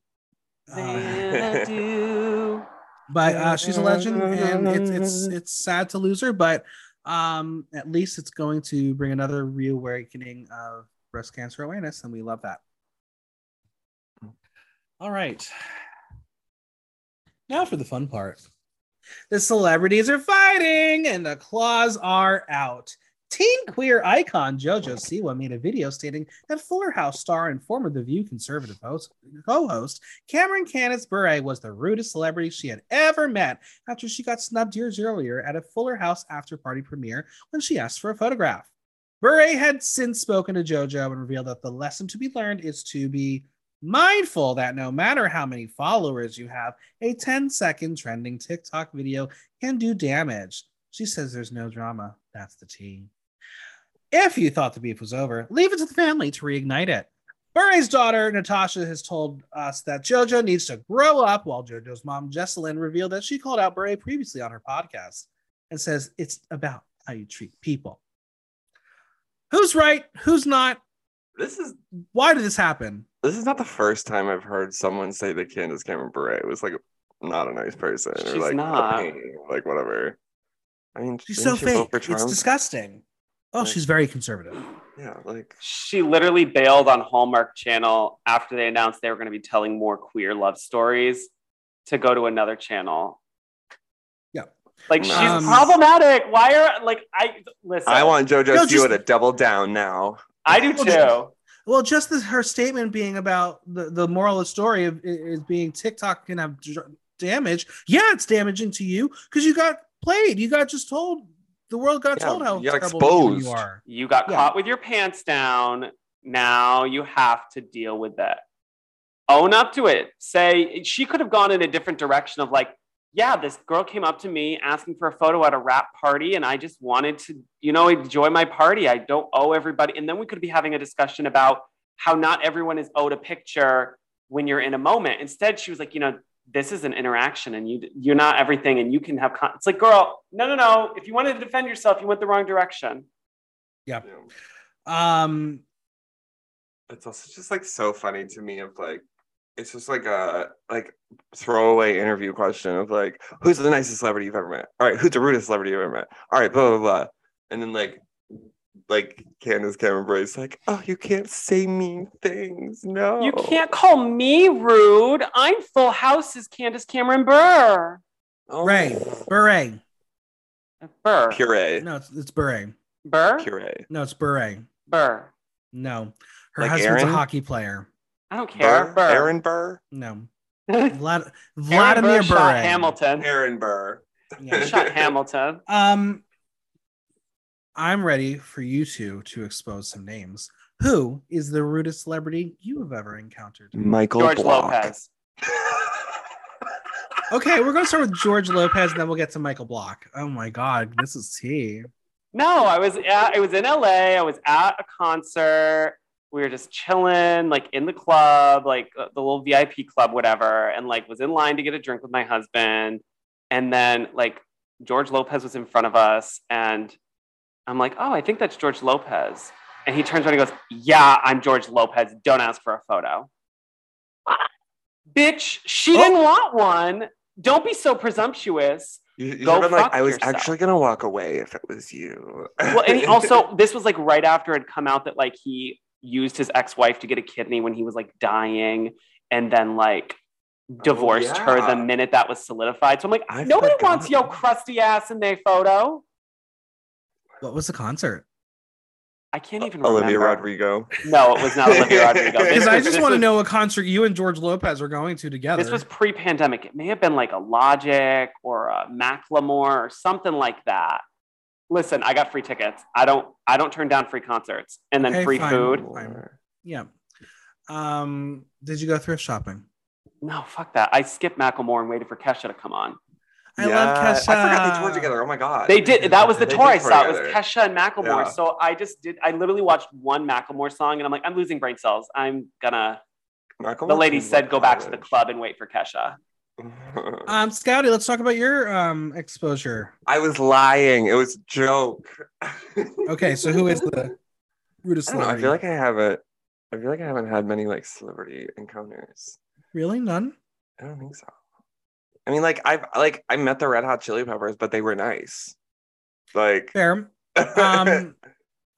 A: Um,
C: Xanadu.
A: but uh, she's a legend, and it's it's it's sad to lose her, but um, at least it's going to bring another reawakening of breast cancer awareness, and we love that. All right, now for the fun part. The celebrities are fighting, and the claws are out. Teen queer icon JoJo Siwa made a video stating that Fuller House star and former The View conservative host, co-host Cameron Candice Bure was the rudest celebrity she had ever met after she got snubbed years earlier at a Fuller House after party premiere when she asked for a photograph. Bure had since spoken to JoJo and revealed that the lesson to be learned is to be mindful that no matter how many followers you have, a 10 second trending TikTok video can do damage. She says there's no drama. That's the tea. If you thought the beef was over, leave it to the family to reignite it. Bure's daughter, Natasha, has told us that JoJo needs to grow up, while JoJo's mom, Jesselyn, revealed that she called out Bure previously on her podcast and says it's about how you treat people. Who's right? Who's not?
B: this is
A: Why did this happen?
B: this is not the first time I've heard someone say that Candace Cameron Bure was like not a nice person
C: She's
B: or like a
C: not.
B: pain, like whatever. I mean,
A: She's
B: didn't
A: so
B: she
A: fake.
B: vote for
A: It's
B: Trump?
A: disgusting. Oh,
B: Like-
A: she's very conservative.
B: yeah, like
C: She literally bailed on Hallmark Channel after they announced they were going to be telling more queer love stories to go to another channel.
A: Yeah.
C: Like she's
A: Um,
C: problematic. Why are like I listen?
B: I want JoJo
A: No,
B: no,
A: just-
B: to double down now.
C: I do too.
A: Well, just this, her statement being about the, the moral of the story of, is being TikTok can have dr- damage. Yeah, it's damaging to you because you got played. You got just told. The world got
B: Yeah,
A: told how
B: you got
A: terrible of a woman you
B: exposed.
A: are.
C: You got
A: Yeah.
C: caught with your pants down. Now you have to deal with that. own up to it. Say she could have gone in a different direction of like, yeah, this girl came up to me asking for a photo at a rap party, and I just wanted to, you know, enjoy my party. I don't owe everybody. And then we could be having a discussion about how not everyone is owed a picture when you're in a moment. Instead, she was like, you know, this is an interaction, and you you're not everything, and you can have. Con-. It's like, girl, no, no, no. If you wanted to defend yourself, you went the wrong direction.
A: Yeah. Um.
B: It's also just like so funny to me of like it's just like a like throwaway interview question of like who's the nicest celebrity you've ever met all right who's the rudest celebrity you've ever met all right blah blah blah and then like like Candace Cameron Brace like oh you can't say mean things no
C: you can't call me rude I'm Full House's Candace Cameron Burr
A: oh. Ray Beret
C: Burr
B: puree
A: no it's, it's Beret
C: Burr
B: puree
A: no it's Beret
C: Burr
A: no her like husband's Aaron? a hockey player
C: I don't care.
B: Burr? Burr. Aaron Burr?
A: No. Vlad- Vladimir Burr. Burr.
C: Hamilton.
B: Aaron Burr.
C: Yeah. Shot Hamilton.
A: Um, I'm ready for you two to expose some names. Who is the rudest celebrity you have ever encountered?
B: Michael
C: George
B: Block.
C: Lopez.
A: okay, we're going to start with George Lopez, and then we'll get to Michael Block. Oh my God, this is tea.
C: No, I was at, I was in LA. I was at a concert we were just chilling like in the club like uh, the little vip club whatever and like was in line to get a drink with my husband and then like george lopez was in front of us and i'm like oh i think that's george lopez and he turns around and goes yeah i'm george lopez don't ask for a photo ah, bitch she oh. didn't want one don't be so presumptuous
B: you, you Go fuck like, I was yourself. actually gonna walk away if it was you.
C: well, and also this was like right after it had come out that like he used his ex-wife to get a kidney when he was like dying and then like divorced oh, yeah. her the minute that was solidified. So I'm like, I nobody forgot. wants your crusty ass in their photo.
A: What was the concert?
C: I can't even
B: Olivia
C: remember.
B: Rodrigo.
C: No, it was not Olivia Rodrigo.
A: Because I just want to was, know a concert you and George Lopez are going to together.
C: This was pre-pandemic. It may have been like a Logic or a Macklemore or something like that listen, I got free tickets. I don't I don't turn down free concerts and then okay, free
A: fine,
C: food.
A: Fine. Yeah. Um, did you go thrift shopping?
C: No, fuck that. I skipped Macklemore and waited for Kesha to come on.
A: I yeah, love Kesha.
B: I forgot they toured together. Oh my
A: Uh,
B: god.
C: They did. That was the they tour I saw. Together. It was Kesha and Macklemore. Yeah. So I just did. I literally watched one Macklemore song, and I'm like, I'm losing brain cells. I'm gonna. Macklemore the lady said, "Go back to the club and wait for Kesha."
A: um, Scouty, let's talk about your um exposure.
B: I was lying. It was joke.
A: okay, so who is the rudest
B: I, know, I, feel like I haven't. I feel like I haven't had many like celebrity encounters.
A: Really, none?
B: I don't think so. I mean, like I've like I met the Red Hot Chili Peppers, but they were nice. Like
A: fair. Um,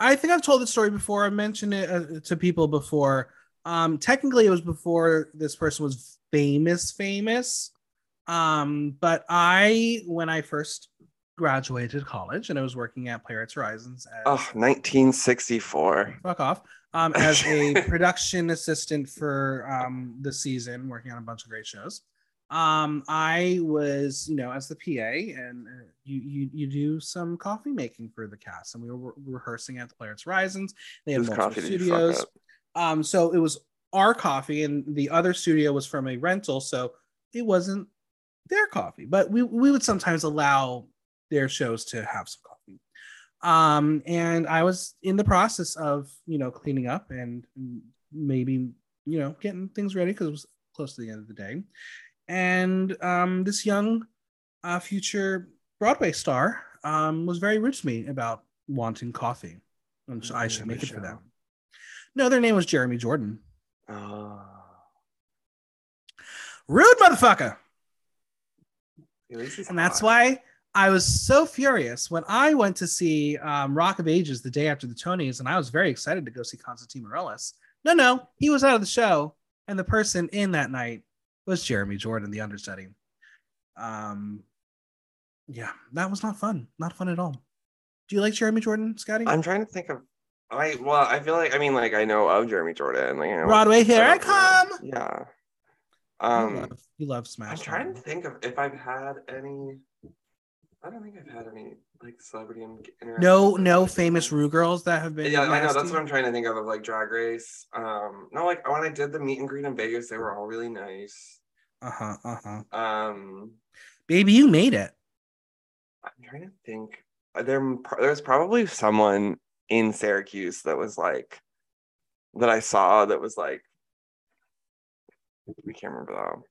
A: I think I've told the story before. I mentioned it uh, to people before. Um, technically, it was before this person was famous, famous. Um, but I, when I first graduated college and I was working at Playwrights Horizons,
B: as, oh, 1964.
A: Fuck off. Um, as a production assistant for um, the season, working on a bunch of great shows. Um, I was, you know, as the PA, and uh, you you you do some coffee making for the cast, and we were re- rehearsing at the Playwrights Horizons. They had
B: Whose
A: multiple studios. Um, so it was our coffee and the other studio was from a rental so it wasn't their coffee but we, we would sometimes allow their shows to have some coffee um, and i was in the process of you know cleaning up and maybe you know getting things ready because it was close to the end of the day and um, this young uh, future broadway star um, was very rude to me about wanting coffee and so mm-hmm. i should make it for them no their name was jeremy jordan
B: Oh.
A: Rude motherfucker. And that's why I was so furious when I went to see um, Rock of Ages the day after the Tonys, and I was very excited to go see Constantine Morellis. No, no, he was out of the show, and the person in that night was Jeremy Jordan, the understudy. Um, yeah, that was not fun. Not fun at all. Do you like Jeremy Jordan, Scotty?
B: I'm trying to think of I well, I feel like I mean, like I know of Jeremy Jordan, like you know,
A: Broadway, here I, I come.
B: Know. Yeah. Um,
A: you love, you love Smash.
B: I'm trying to think of if I've had any. I don't think I've had any like celebrity in- interactions.
A: No,
B: with
A: no
B: anyone.
A: famous Rue girls that have been.
B: Yeah, I know. That's
A: nasty?
B: what I'm trying to think of, of like Drag Race. Um, no, like when I did the meet and greet in Vegas, they were all really nice.
A: Uh-huh. Uh-huh.
B: Um,
A: Baby, you made it.
B: I'm trying to think. Uh, There, there's probably someone in Syracuse that was like, that I saw that was like, I can't remember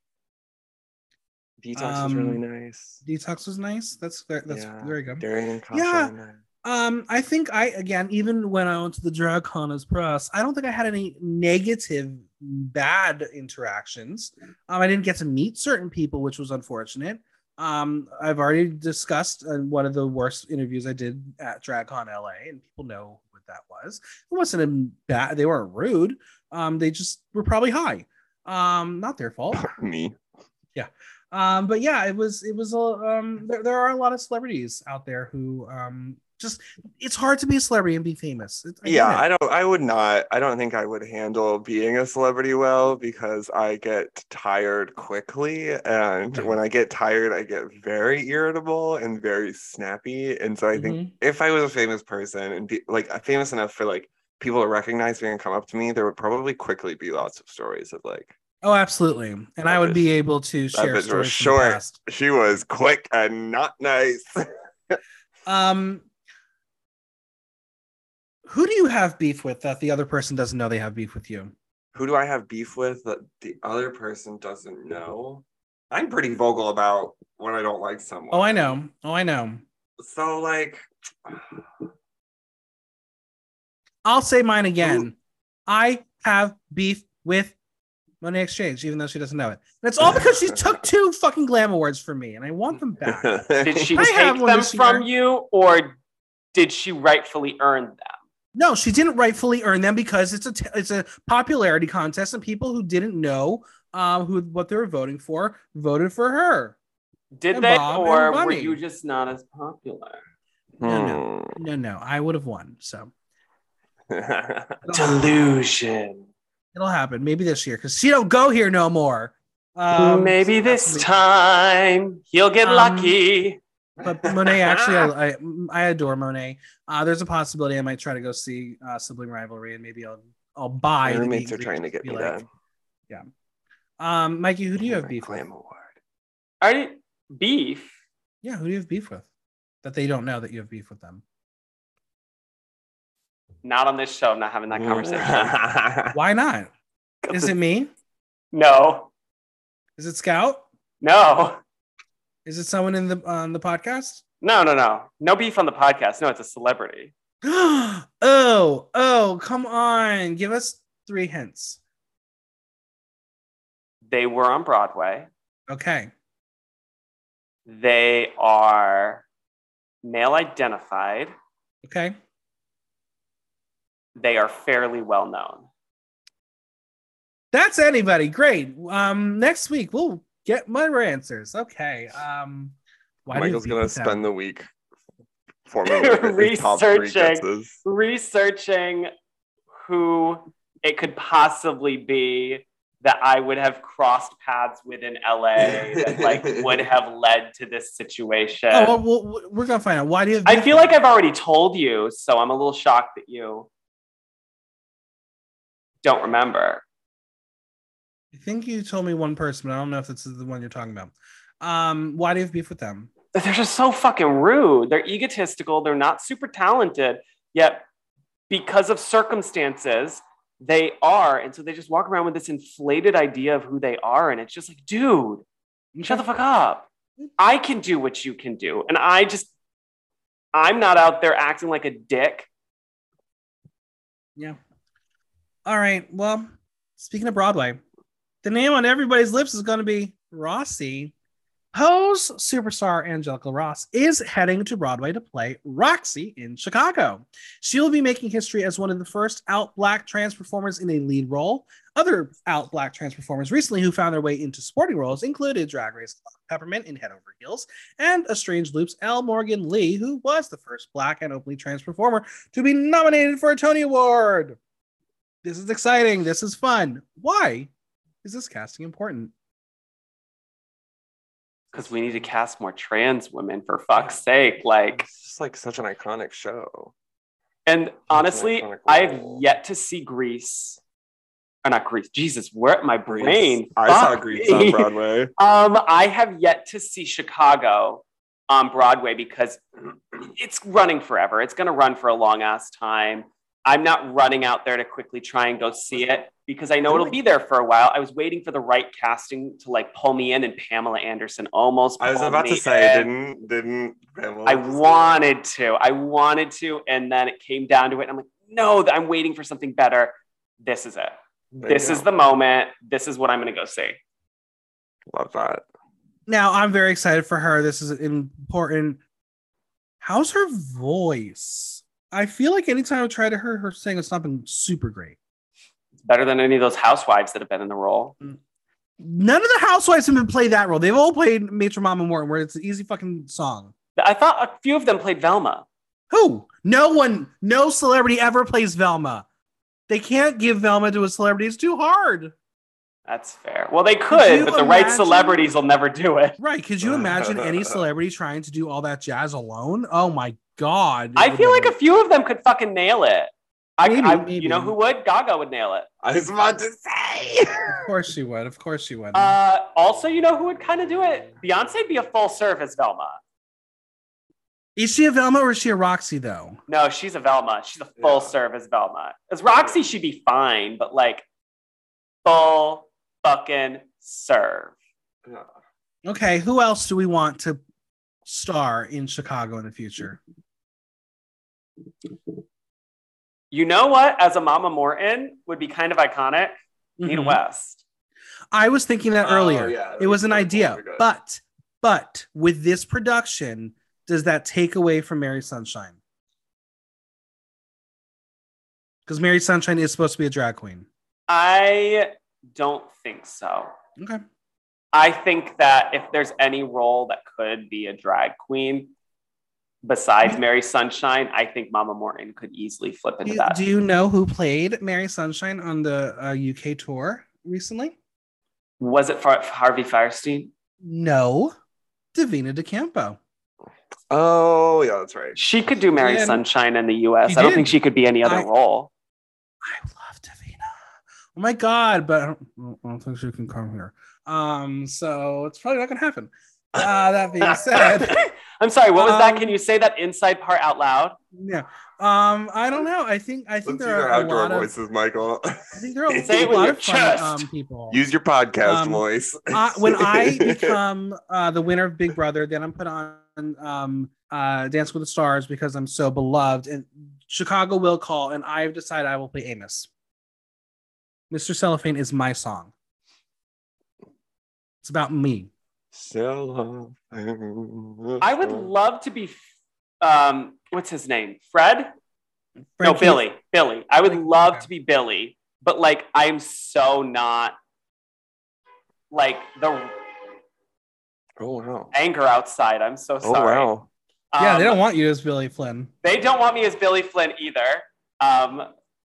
B: though. Detox was really
A: Um,
B: nice.
A: Detox was nice. That's that's
B: Yeah.
A: very good.
B: Darian and Kasha.
A: Yeah.
B: were nice.
A: Um, I think I again, even when I went to the drag con as press, I don't think I had any negative bad interactions. Um, I didn't get to meet certain people, which was unfortunate. Um, I've already discussed uh, one of the worst interviews I did at DragCon LA, and people know what that was. It wasn't a bad; they weren't rude. Um, they just were probably high. Um, not their fault.
B: Me.
A: um but yeah it was it was a um there, there are a lot of celebrities out there who um just it's hard to be a celebrity and be famous It- I get
B: yeah
A: it.
B: i don't i would not i don't think i would handle being a celebrity well because i get tired quickly and
A: Yeah.
B: when i get tired i get very irritable and very snappy and so i think
A: Mhm.
B: if i was a famous person and be like uh, famous enough for like people to recognize me and come up to me there would probably quickly be lots of stories of like
A: oh absolutely and i
B: That
A: would
B: bitch-
A: be able to share
B: bitch was
A: stories from the
B: short.
A: past.
B: she was quick and not nice
A: um who do you have beef with that the other person doesn't know they have beef with you
B: who do I have beef with that the other person doesn't know? I'm pretty vocal about when I don't like someone.
A: oh i know oh i know
B: So like,
A: i'll say mine again i have beef with money exchange even though she doesn't know it and it's all because she took two fucking glam awards from me and i want them back
C: Did she
A: I have
C: take
A: one
C: them
A: this
C: from
A: year.
C: you, or did she rightfully earn them?
A: No, she didn't rightfully earn them because it's a t- it's a popularity contest, and people who didn't know um, who what they were voting for voted for her.
C: Did
A: And
C: they,
A: Bob and
C: or were
A: Bunny.
C: you just not as popular? Hmm.
A: No, No, no, I would have won. So it'll,
C: Delusion.
A: it'll happen maybe this year because she don't go here no more. Um,
C: Maybe
A: so that's
C: this
A: me.
C: time he'll get
A: Um,
C: lucky.
A: But Monet, actually, I, I I adore Monet. Uh, there's a possibility I might try to go see uh, Sibling Rivalry, and maybe I'll I'll buy.
B: My
A: the meat
B: roommates are
A: and
B: trying to
A: just
B: get
A: be
B: me
A: like-
B: that.
A: Um, Mikey, who do you have
B: My
A: beef with?
B: Glam Award.
C: Are you beef?
A: Yeah, who do you have beef with? That they don't know that you have beef with them.
C: Not on this show. I'm not having that conversation.
A: Why not? Is it me?
C: no,
A: Is it Scout?
C: no,
A: Is it someone in the on the podcast?
C: no, no, no. No beef on the podcast. No, it's a celebrity.
A: oh, oh, come on. Give us three hints.
C: They were on Broadway.
A: Okay.
C: They are male identified.
A: Okay.
C: They are fairly well known.
A: That's anybody. Great. Um, next week we'll get more answers. Okay. Um why do you
B: Michael's
A: beef
B: gonna
A: with them?
B: spend the week formulating his top three
C: Researching.
B: guesses.
C: Researching who it could possibly be that I would have crossed paths with in LA that like would have led to this situation.
A: Oh, well, well, we're gonna find out. Why do you? Have
C: I
A: beef
C: feel
A: with
C: like I've already told you, so I'm a little shocked that you don't remember.
A: I think you told me one person, but I don't know if this is the one you're talking about. Um, why do you have beef with them?
C: They're just so fucking rude. They're egotistical. They're not super talented. Yet, because of circumstances, they are. And so they just walk around with this inflated idea of who they are. And it's just like, dude, shut the fuck up. I can do what you can do. And I just, I'm not out there acting like a dick.
A: Yeah. All right. Well, speaking of Broadway, the name on everybody's lips is going to be Rossi. Poe's superstar Angelica Ross is heading to Broadway to play Roxy in Chicago. She will be making history as one of the first out black trans performers in a lead role. Other out black trans performers recently who found their way into supporting roles included Drag Race Peppermint in Head Over Heels and A Strange Loops L. Morgan Lee, who was the first black and openly trans performer to be nominated for a Tony Award. This is exciting. This is fun. Why is this casting important?
C: because we need to cast more trans women for fuck's sake. Like,
B: It's just like such an iconic show.
C: and honestly,
B: iconic
C: I have
B: role.
C: yet to see Grease. Or not Grease. Jesus, where my brain?
B: I saw
C: Fuck
B: Grease on
C: me.
B: Broadway.
C: Um, I have yet to see Chicago on Broadway because it's running forever. It's going to run for a long ass time. I'm not running out there to quickly try and go see it because I know it'll be there for a while. I was waiting for the right casting to like pull me in, and Pamela Anderson almost.
B: I was
C: pulled
B: about to
C: me
B: say,
C: in.
B: didn't didn't Pamela
C: I
B: just-
C: wanted to. I wanted to, and then it came down to it. And I'm like, no, th- I'm waiting for something better. This is it.
B: There you
C: This is
B: go.
C: the moment. This is what I'm going to go see.
B: love that.
A: Now I'm very excited for her. This is important. How's her voice? I feel like anytime I try to hear her sing, it's not been super great.
C: It's better than any of those housewives that have been in the role.
A: None of the housewives have been played that role. They've all played Maitre Mama Morton, where it's an easy fucking song.
C: I thought a few of them played Velma.
A: Who? No one, no celebrity ever plays Velma. They can't give Velma to a celebrity. It's too hard.
C: That's fair. Well, they
A: Could
C: could,
A: you
C: but the right
A: imagine-
C: celebrities will never do it.
A: Right. Could you imagine any celebrity trying to do all that jazz alone? Oh my God. It
C: I
A: would
C: feel like a
A: never-
C: few of them could fucking nail it. I,
A: Maybe,
C: I-
A: maybe.
C: You know who would? Gaga would nail it.
B: I was about to say.
A: Of course she would. Of course she would.
C: Uh, also, you know who would kind of do it? Beyonce'd be a full service Velma.
A: is she a Velma or is she a Roxy, though?
C: No, she's a Velma. She's a full
B: Yeah.
C: service Velma. As Roxy, she'd be fine, but like full fucking serve.
A: Okay. Who else do we want to star in Chicago in the future?
C: You know what? As a Mama Morton would be kind of iconic. Nina
A: Mhm.
C: West.
A: I was thinking that earlier.
B: yeah,
A: it was an idea. But, but with this production, does that take away from Mary Sunshine? Because Mary Sunshine is supposed to be a drag queen.
C: I don't think so.
A: Okay.
C: I think that if there's any role that could be a drag queen besides Mary Sunshine, I think Mama Morton could easily flip
A: Do
C: into
A: you,
C: that.
A: do you know who played Mary Sunshine on the uh, UK tour recently?
C: Was it for Harvey Firestein?
A: No, Davina DeCampo.
B: oh yeah, that's right.
C: She could do Mary
A: Yeah.
C: Sunshine in the US.
A: She
C: I don't
A: did.
C: think she could be any other
A: I-
C: role.
A: I love Davina. Oh my god, but I don't, I don't think she can come here. Um, so it's probably not gonna happen. Uh, that being said.
C: I'm sorry, what was that?
A: Um,
C: Can you say that inside part out loud?
A: Yeah. Um, I don't know. I think I think
B: Let's use
A: there
B: our
A: are a
B: outdoor
A: lot of
B: voices, Michael.
A: I think there are
B: Say
A: a
C: it with
A: lot
C: your
A: of fun
C: chest.
A: um, people.
B: Use your podcast
A: Um,
B: voice.
A: I, when I become uh, the winner of Big Brother, then I'm put on um, uh, Dance with the Stars because I'm so beloved. And Chicago will call, and I've decided I will play Amos. Mr. Cellophane is my song. It's about me.
B: So, um,
C: I would love to be, um, what's his name? Fred? no,
A: Frankie-
C: Billy. Billy. I would
A: Frankie,
C: love
A: okay.
C: to be Billy, but like I'm so not like the
B: Oh wow.
C: anger outside. I'm so
B: Oh
C: sorry.
B: wow.
A: Yeah, they
C: Um,
A: don't want you as Billy Flynn.
C: they don't want me as Billy Flynn either. Um,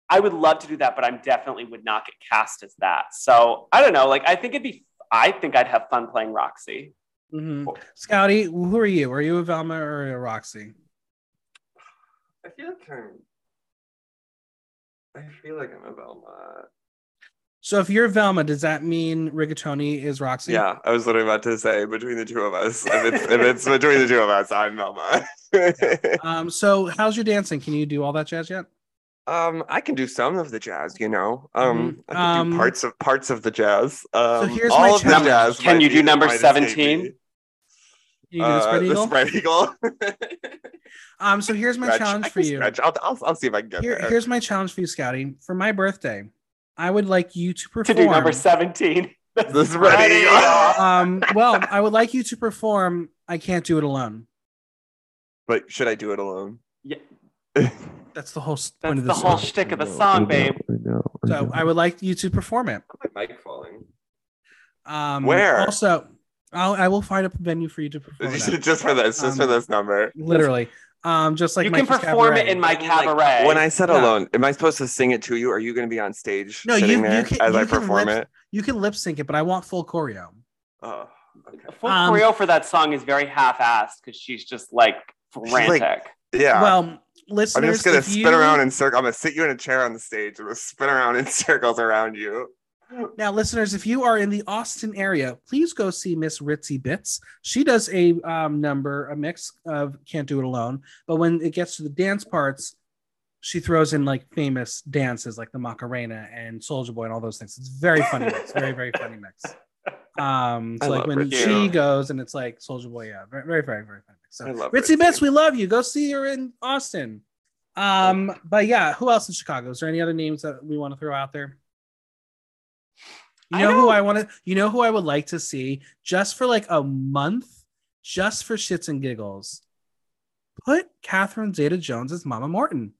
C: I would love to do that, but I'm definitely would not get cast as that. So I don't know. Like I think it'd be I think I'd have fun playing Roxy.
A: Mhm. Scouty, who are you? Are you a Velma or a Roxy?
B: I feel like I'm. I feel like I'm a Velma.
A: So if you're Velma, does that mean Rigatoni is Roxy?
B: Yeah, I was literally about to say between the two of us. If it's, if it's between the two of us, I'm Velma.
A: Um, so how's your dancing? Can you do all that jazz yet?
B: um, I can do some of the jazz, you know. Um,
A: Mhm.
B: I can
A: Um,
B: do parts of parts of the jazz. Um,
A: here's
B: all
A: my
B: of the
A: challenge.
B: jazz.
C: Can
B: might
C: you
B: be-
C: do number
B: might escape
C: 17?
B: me.
A: Can you do the spread
B: Uh,
A: eagle?
B: The spread eagle.
A: Um, so here's my
B: Stretch.
A: challenge
B: I
A: for
B: can
A: you.
B: stretch. I'll, I'll, I'll see if I can get
A: Here,
B: there.
A: here's my challenge for you, Scouty. For my birthday, I would like you to
C: To
A: perform.
C: do number 17.
B: The spread eagle.
C: eagle.
A: um, well, I would like you to perform. I can't do it alone.
B: But should I do it alone?
C: Yeah,
A: That's the whole s- point
C: that's
A: of the
C: the whole
A: song.
C: shtick of the song, babe.
A: So I would like you to perform it.
B: My mic falling.
A: Um,
B: Where?
A: Also, I'll, I will find a venue for you to perform. it at.
B: just for this, just for
A: Um,
B: this number.
A: Literally, um, just like
C: you can
A: Mikey's
C: perform
A: Cabaret.
C: it in my
B: I'm like,
C: cabaret.
B: When I said
A: Yeah.
B: alone, am I supposed to sing it to you? Are you going to be on stage
A: No,
B: sitting
A: you- you
B: there
A: can-
B: as
A: you
B: I
A: can
B: perform
A: lip-
B: it?
A: You can lip sync it, but I want full choreo.
B: Oh,
C: Full
A: Um,
C: choreo for that song is very half-assed because she's just like
B: She's,
C: frantic.
B: like, Yeah.
A: Well, listeners,
B: I'm just gonna
A: if
B: spin
A: you-
B: around in circles. I'm gonna sit you in a chair on the stage. I'm gonna spin around in circles around you.
A: Now, listeners, if you are in the Austin area, please go see Miss Ritzy Bits. She does a um, number, a mix of Can't Do It Alone. But when it gets to the dance parts, she throws in like famous dances like the Macarena and Soldier Boy and all those things. It's very funny mix, very, very funny mix. Um,
B: I
A: so like
B: love
A: when
B: Ritzy.
A: she goes and it's like Soldier Boy, yeah, very, very, very, very funny mix. So
B: I love
A: Ritzy
B: Ritzy.
A: Bits, we love you. Go see her in Austin. Um, but yeah, who else in Chicago? Is there any other names that we want to throw out there? You
C: I
A: know who
C: don't-
A: I want to. You know who I would like to see just for like a month, just for shits and giggles. Put Catherine Zeta Jones as Mama Morton.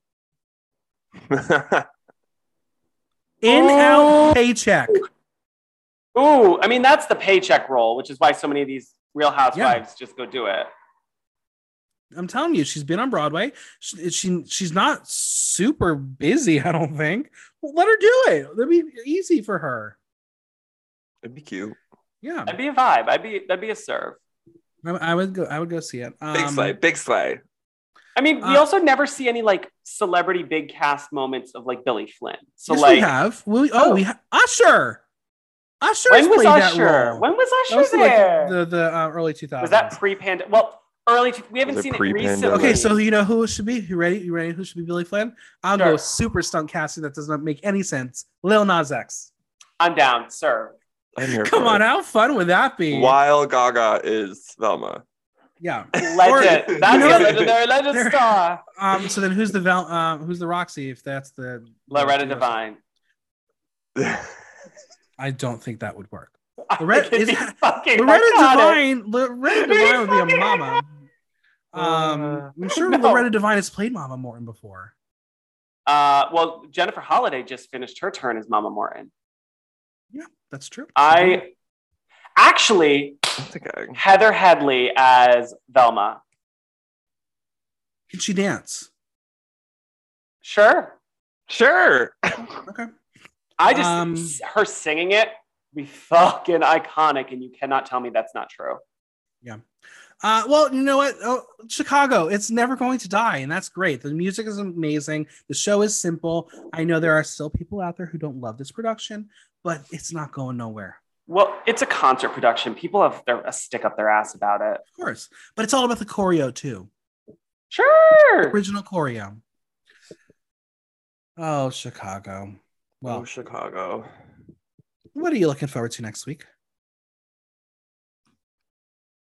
A: In
C: Oh.
A: out paycheck.
C: Ooh, I mean that's the paycheck role, which is why so many of these Real Housewives just go do it.
A: I'm telling you, she's been on Broadway. She, she she's not super busy. I don't think. Well, let her do it. It'll be easy for her.
B: It'd be cute.
A: Yeah,
C: That'd be a vibe. I'd be that'd be a serve.
A: I, I would go. I would go see it.
B: Big
A: Um,
B: sleigh, big sleigh.
C: I mean, we
A: Uh,
C: also never see any like celebrity big cast moments of like Billy Flynn. So
A: yes,
C: like,
A: we have. We, oh,
C: Oh.
A: we ha- Usher. Usher
C: when was
A: played that
C: Usher?
A: role.
C: When was
A: That
C: Usher
A: was
C: there?
A: like the the uh, early 2000s.
C: was that pre-pandemic? Well, early. T- we haven't
B: Was it
C: seen it
B: pre-pandemic?
C: recently.
A: okay? So you know who it should be? You ready? You ready? Who should be Billy Flynn? I'll go
C: Sure.
A: with super stunt casting that does not make any sense. Lil Nas X.
C: I'm down, sir.
B: I'm here
A: Come
B: for
A: on,
B: it.
A: how fun would that be?
B: While Gaga is Velma.
A: Yeah.
C: Legend. That's
B: You know-
C: a legendary legend
A: There-
C: star.
A: Um. So then, who's the Val? Um. Who's the Roxy? If that's the
C: Loretta
A: you know,
C: Devine.
A: I don't think that would work.
C: I
A: Loretta-
C: think it'd
A: is-
C: be fucking
A: Loretta
C: iconic.
A: Devine. Loretta
C: Are you
A: Devine would be a
C: fucking
A: mama.
B: Uh,
A: Um. I'm sure
C: no.
A: Loretta Devine has played Mama Morton before.
C: Uh, well, Jennifer Holliday just finished her turn as Mama Morton.
A: That's true. Mm-hmm.
C: I actually
B: That's okay.
C: Heather Headley as Velma.
A: can she dance?
C: Sure.
B: Sure.
A: Okay.
C: I just
A: Um,
C: s- her singing it be fucking iconic, and you cannot tell me that's not true.
A: Uh, well, you know what? Oh, Chicago, it's never going to die, and that's great. The music is amazing. The show is simple. I know there are still people out there who don't love this production, but it's not going nowhere,
C: Well, it's a concert production. People have their a stick up their ass about it.
A: of course. But it's all about the choreo too,
C: Sure.
A: original choreo. Oh, Chicago. Well,
B: oh, Chicago.
A: what are you looking forward to next week?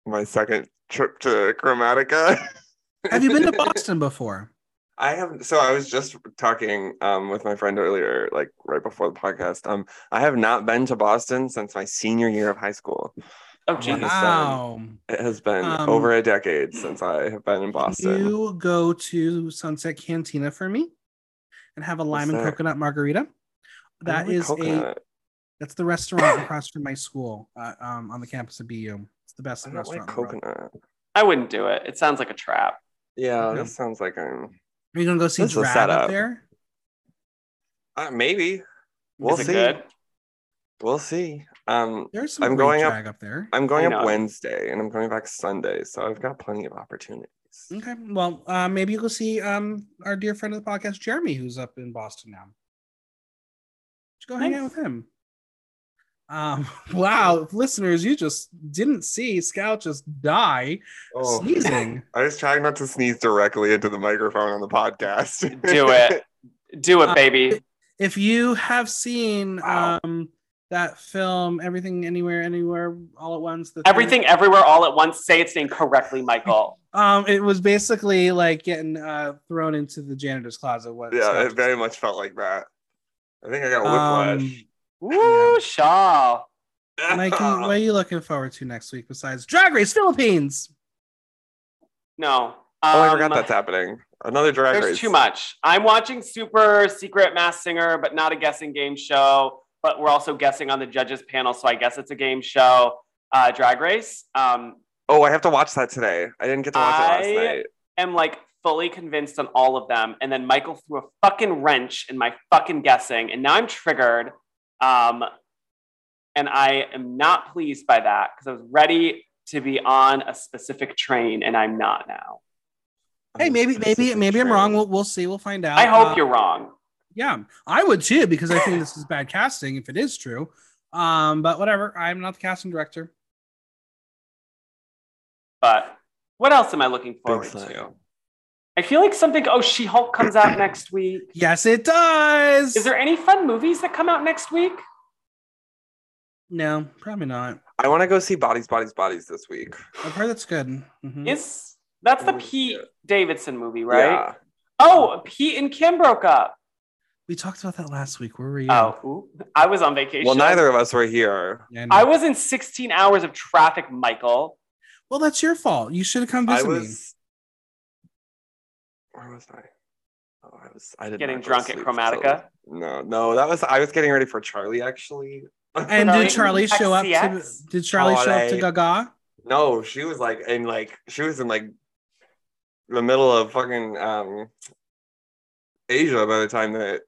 B: My second trip to Chromatica.
A: Have you been to Boston before?
B: I have so I was just talking um with my friend earlier, like right before the podcast. Um, I have not been to Boston since my senior year of high school.
C: Oh, geez.
B: Wow. It has been
A: Um,
B: over a decade since I have been in Boston.
A: You go to Sunset Cantina for me and have a lime and
B: that?
A: coconut margarita.
B: I don't
A: That
B: like
A: is a
B: coconut.
A: that's the restaurant across from my school uh, um, on the campus of BU. It's the best
B: I don't
A: restaurant.
B: like
A: in the world.
B: coconut.
C: I wouldn't do it. It sounds like a trap.
B: Yeah,
A: Okay.
B: that sounds like I'm
A: Are you gonna go see
B: This is a
A: Drag up
B: setup.
A: there?
B: uh, maybe we'll
C: Is it
B: see.
C: good?
B: We'll see. Um,
A: There's some
B: I'm
A: great
B: going up-
A: drag up there.
B: I'm
C: I
B: going
C: know.
B: up Wednesday and I'm going back Sunday, so I've got plenty of opportunities.
A: Okay, well, uh, maybe you'll go see um, our dear friend of the podcast, Jeremy, who's up in Boston now. Just go hang out
C: Nice.
A: with him. Um, wow, listeners, you just didn't see Scout just die
B: Oh,
A: sneezing.
B: I was trying not to sneeze directly into the microphone on the podcast.
C: Do it. Do
A: Uh,
C: it, baby.
A: if you have seen
C: Wow.
A: um that film everything anywhere anywhere all at once the thing,
C: Everything, everywhere, all at once. Say its name correctly, Michael.
A: um it was basically like getting uh thrown into the janitor's closet what
B: yeah,
A: Scott
B: it very much felt like that. I think I got
A: just- um,
B: whiplash.
C: Woo, Shaw.
A: Um, Mikey, what are you looking forward to next week besides Drag Race Philippines?
C: No.
B: oh, I
C: um,
B: forgot that's happening. Another drag
C: There's
B: race.
C: too much. I'm watching Super Secret Mass Singer, but not a guessing game show. But we're also guessing on the judges panel, so I guess it's a game show. Uh, drag Race. Um,
B: Oh, I have to watch that today. I didn't get to watch
C: I-
B: it last night.
C: am like fully convinced on all of them, and then Michael threw a fucking wrench in my fucking guessing, and now I'm triggered. Um, And I am not pleased by that because I was ready to be on a specific train and I'm not now.
A: Hey, maybe, maybe, maybe I'm wrong. We'll, we'll see. We'll find out. Uh,
C: I hope you're wrong.
A: Yeah, I would too because I think this is bad casting if it is true. Um, but whatever. I'm not the casting director.
C: But what else am I looking forward
B: Big
C: to?
B: fan.
C: I feel like something. Oh, She Hulk comes out next week.
A: Yes, it does.
C: Is there any fun movies that come out next week?
A: No, probably not.
B: I want to go see Bodies, Bodies, Bodies this week.
A: I've heard that's good. Mhm.
C: Is that's the
B: What was
C: Pete
B: it?
C: Davidson movie, right?
B: Yeah.
C: Oh, Pete and Kim broke up.
A: We talked about that last week. Where were you?
C: Oh, ooh. I was on vacation.
B: Well, neither of us were here.
A: Yeah,
C: I
A: I know.
C: was in 16 hours of traffic, Michael.
A: well, that's your fault. You should have come
B: I
A: visit me.
B: was. Where was I? Oh, I was. I didn't.
C: Getting drunk at Chromatica.
B: No, no, that was. I was getting ready for Charlie actually.
A: And did Charlie
C: Charlie
A: show up? To,
C: XCX?
A: did Charlie show up to
B: Charlie.
A: Gaga?
B: No, she was like in like she was in like the middle of fucking um Asia by the time that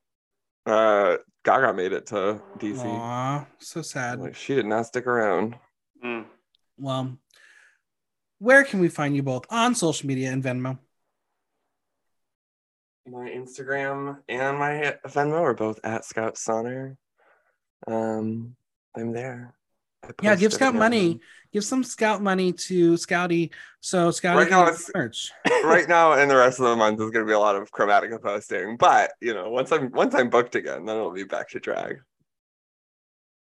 B: uh Gaga made it to DC.
A: Aw, so sad.
B: Like she did not stick around.
C: Mm.
A: Well, where can we find you both on social media and Venmo?
B: My Instagram and my Venmo are both at Scout Sonner. Um, I'm there. I
A: Yeah, give
B: post
A: Scout
B: every now
A: money. Give some Scout money to Scouty. So Scouty
B: Right now
A: can
B: it's-
A: merch.
B: and then. right now, and the rest of the month is going to be a lot of Chromatica posting. But you know, once I'm once I'm booked again, then it'll be back to drag.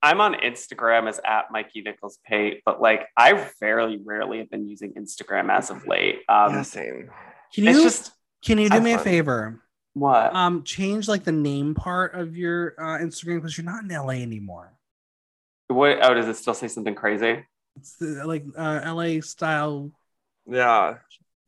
C: I'm on Instagram as at Mikey Nichols Pate, but like I very rarely have been using Instagram as of late. Um,
B: yeah, same.
A: Can
C: It's
A: you
C: just
A: can you do
B: have
A: me a
B: fun.
A: favor?
C: what?
A: Um, change like the name part of your uh, Instagram because you're not in LA anymore.
C: what? Oh, does it still say something crazy?
A: It's the, like uh, LA style
B: Yeah.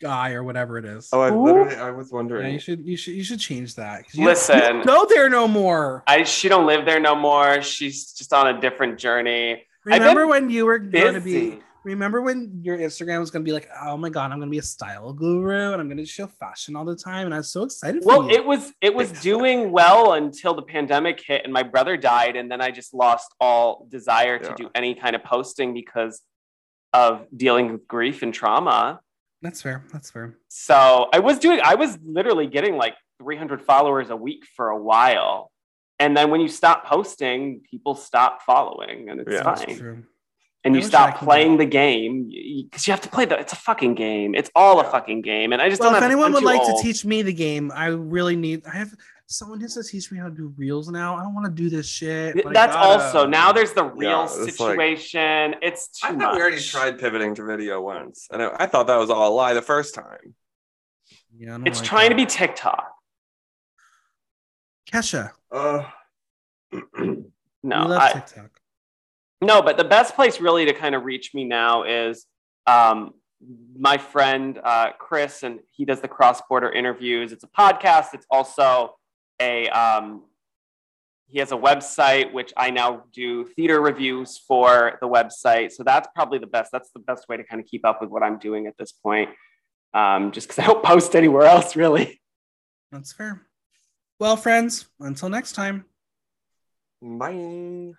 A: guy or whatever it is.
B: Oh, I
C: Ooh.
B: literally I was
A: Yeah,
B: wondering.
A: you should you should you should change that. 'cause You,
C: Listen.
A: you don't go there no more.
C: I she don't live there no more. She's just on a different journey. I've been
A: remember when you were going to be?
C: Busy.
A: Remember when your Instagram was going to be like, oh my god, I'm going to be a style guru and I'm going to show fashion all the time, and I was so excited for
C: Well,
A: you.
C: it was it was doing well until the pandemic hit and my brother died, and then I just lost all desire to
B: Yeah.
C: do any kind of posting because of dealing with grief and trauma.
A: that's fair. That's fair.
C: So I was doing I was literally getting like 300 followers a week for a while, and then when you stop posting, people stop following, and it's
B: Yeah.
A: That's
C: fine.
A: true.
C: and you
A: That was
C: stop
A: shocking.
C: playing the game because you have to play the. It's a fucking game. It's all a fucking game, and I just
A: Well,
C: don't.
A: if
C: have,
A: anyone
C: I'm
A: would
C: too
A: like
C: old.
A: to teach me the game, I really need. I have someone needs to teach me how to do reels now. I don't want to do this shit. but I
C: that's
A: gotta.
C: also now. There's the real
B: it's like-
C: situation. it's too
B: I thought
C: much.
B: we already tried pivoting to video once, and I, I thought that was all a lie the first time.
A: Yeah, I don't
C: It's
A: like
C: trying
A: that.
C: to be TikTok.
A: Kesha.
B: Uh,
A: No,
C: No,
A: we love
C: I,
A: TikTok.
C: no, but the best place really to kind of reach me now is um, my friend uh, Chris, and he does the cross border interviews. It's a podcast. It's also a um, he has a website which I now do theater reviews for the website. So that's probably the best. That's the best way to kind of keep up with what I'm doing at this point. Um, just because I don't post anywhere else, really.
A: That's fair. Well, friends, until next time.
B: Bye.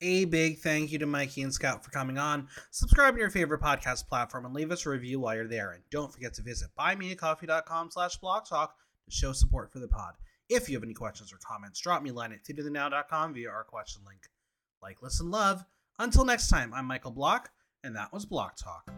A: A big thank you to Mikey and Scout for coming on. Subscribe to your favorite podcast platform and leave us a review while you're there. And don't forget to visit buymeacoffee.com slash blog talk to show support for the pod. If you have any questions or comments, drop me a line at theaterthenow.com via our question link. Like, listen, love. Until next time, I'm Michael Block, and that was Block Talk.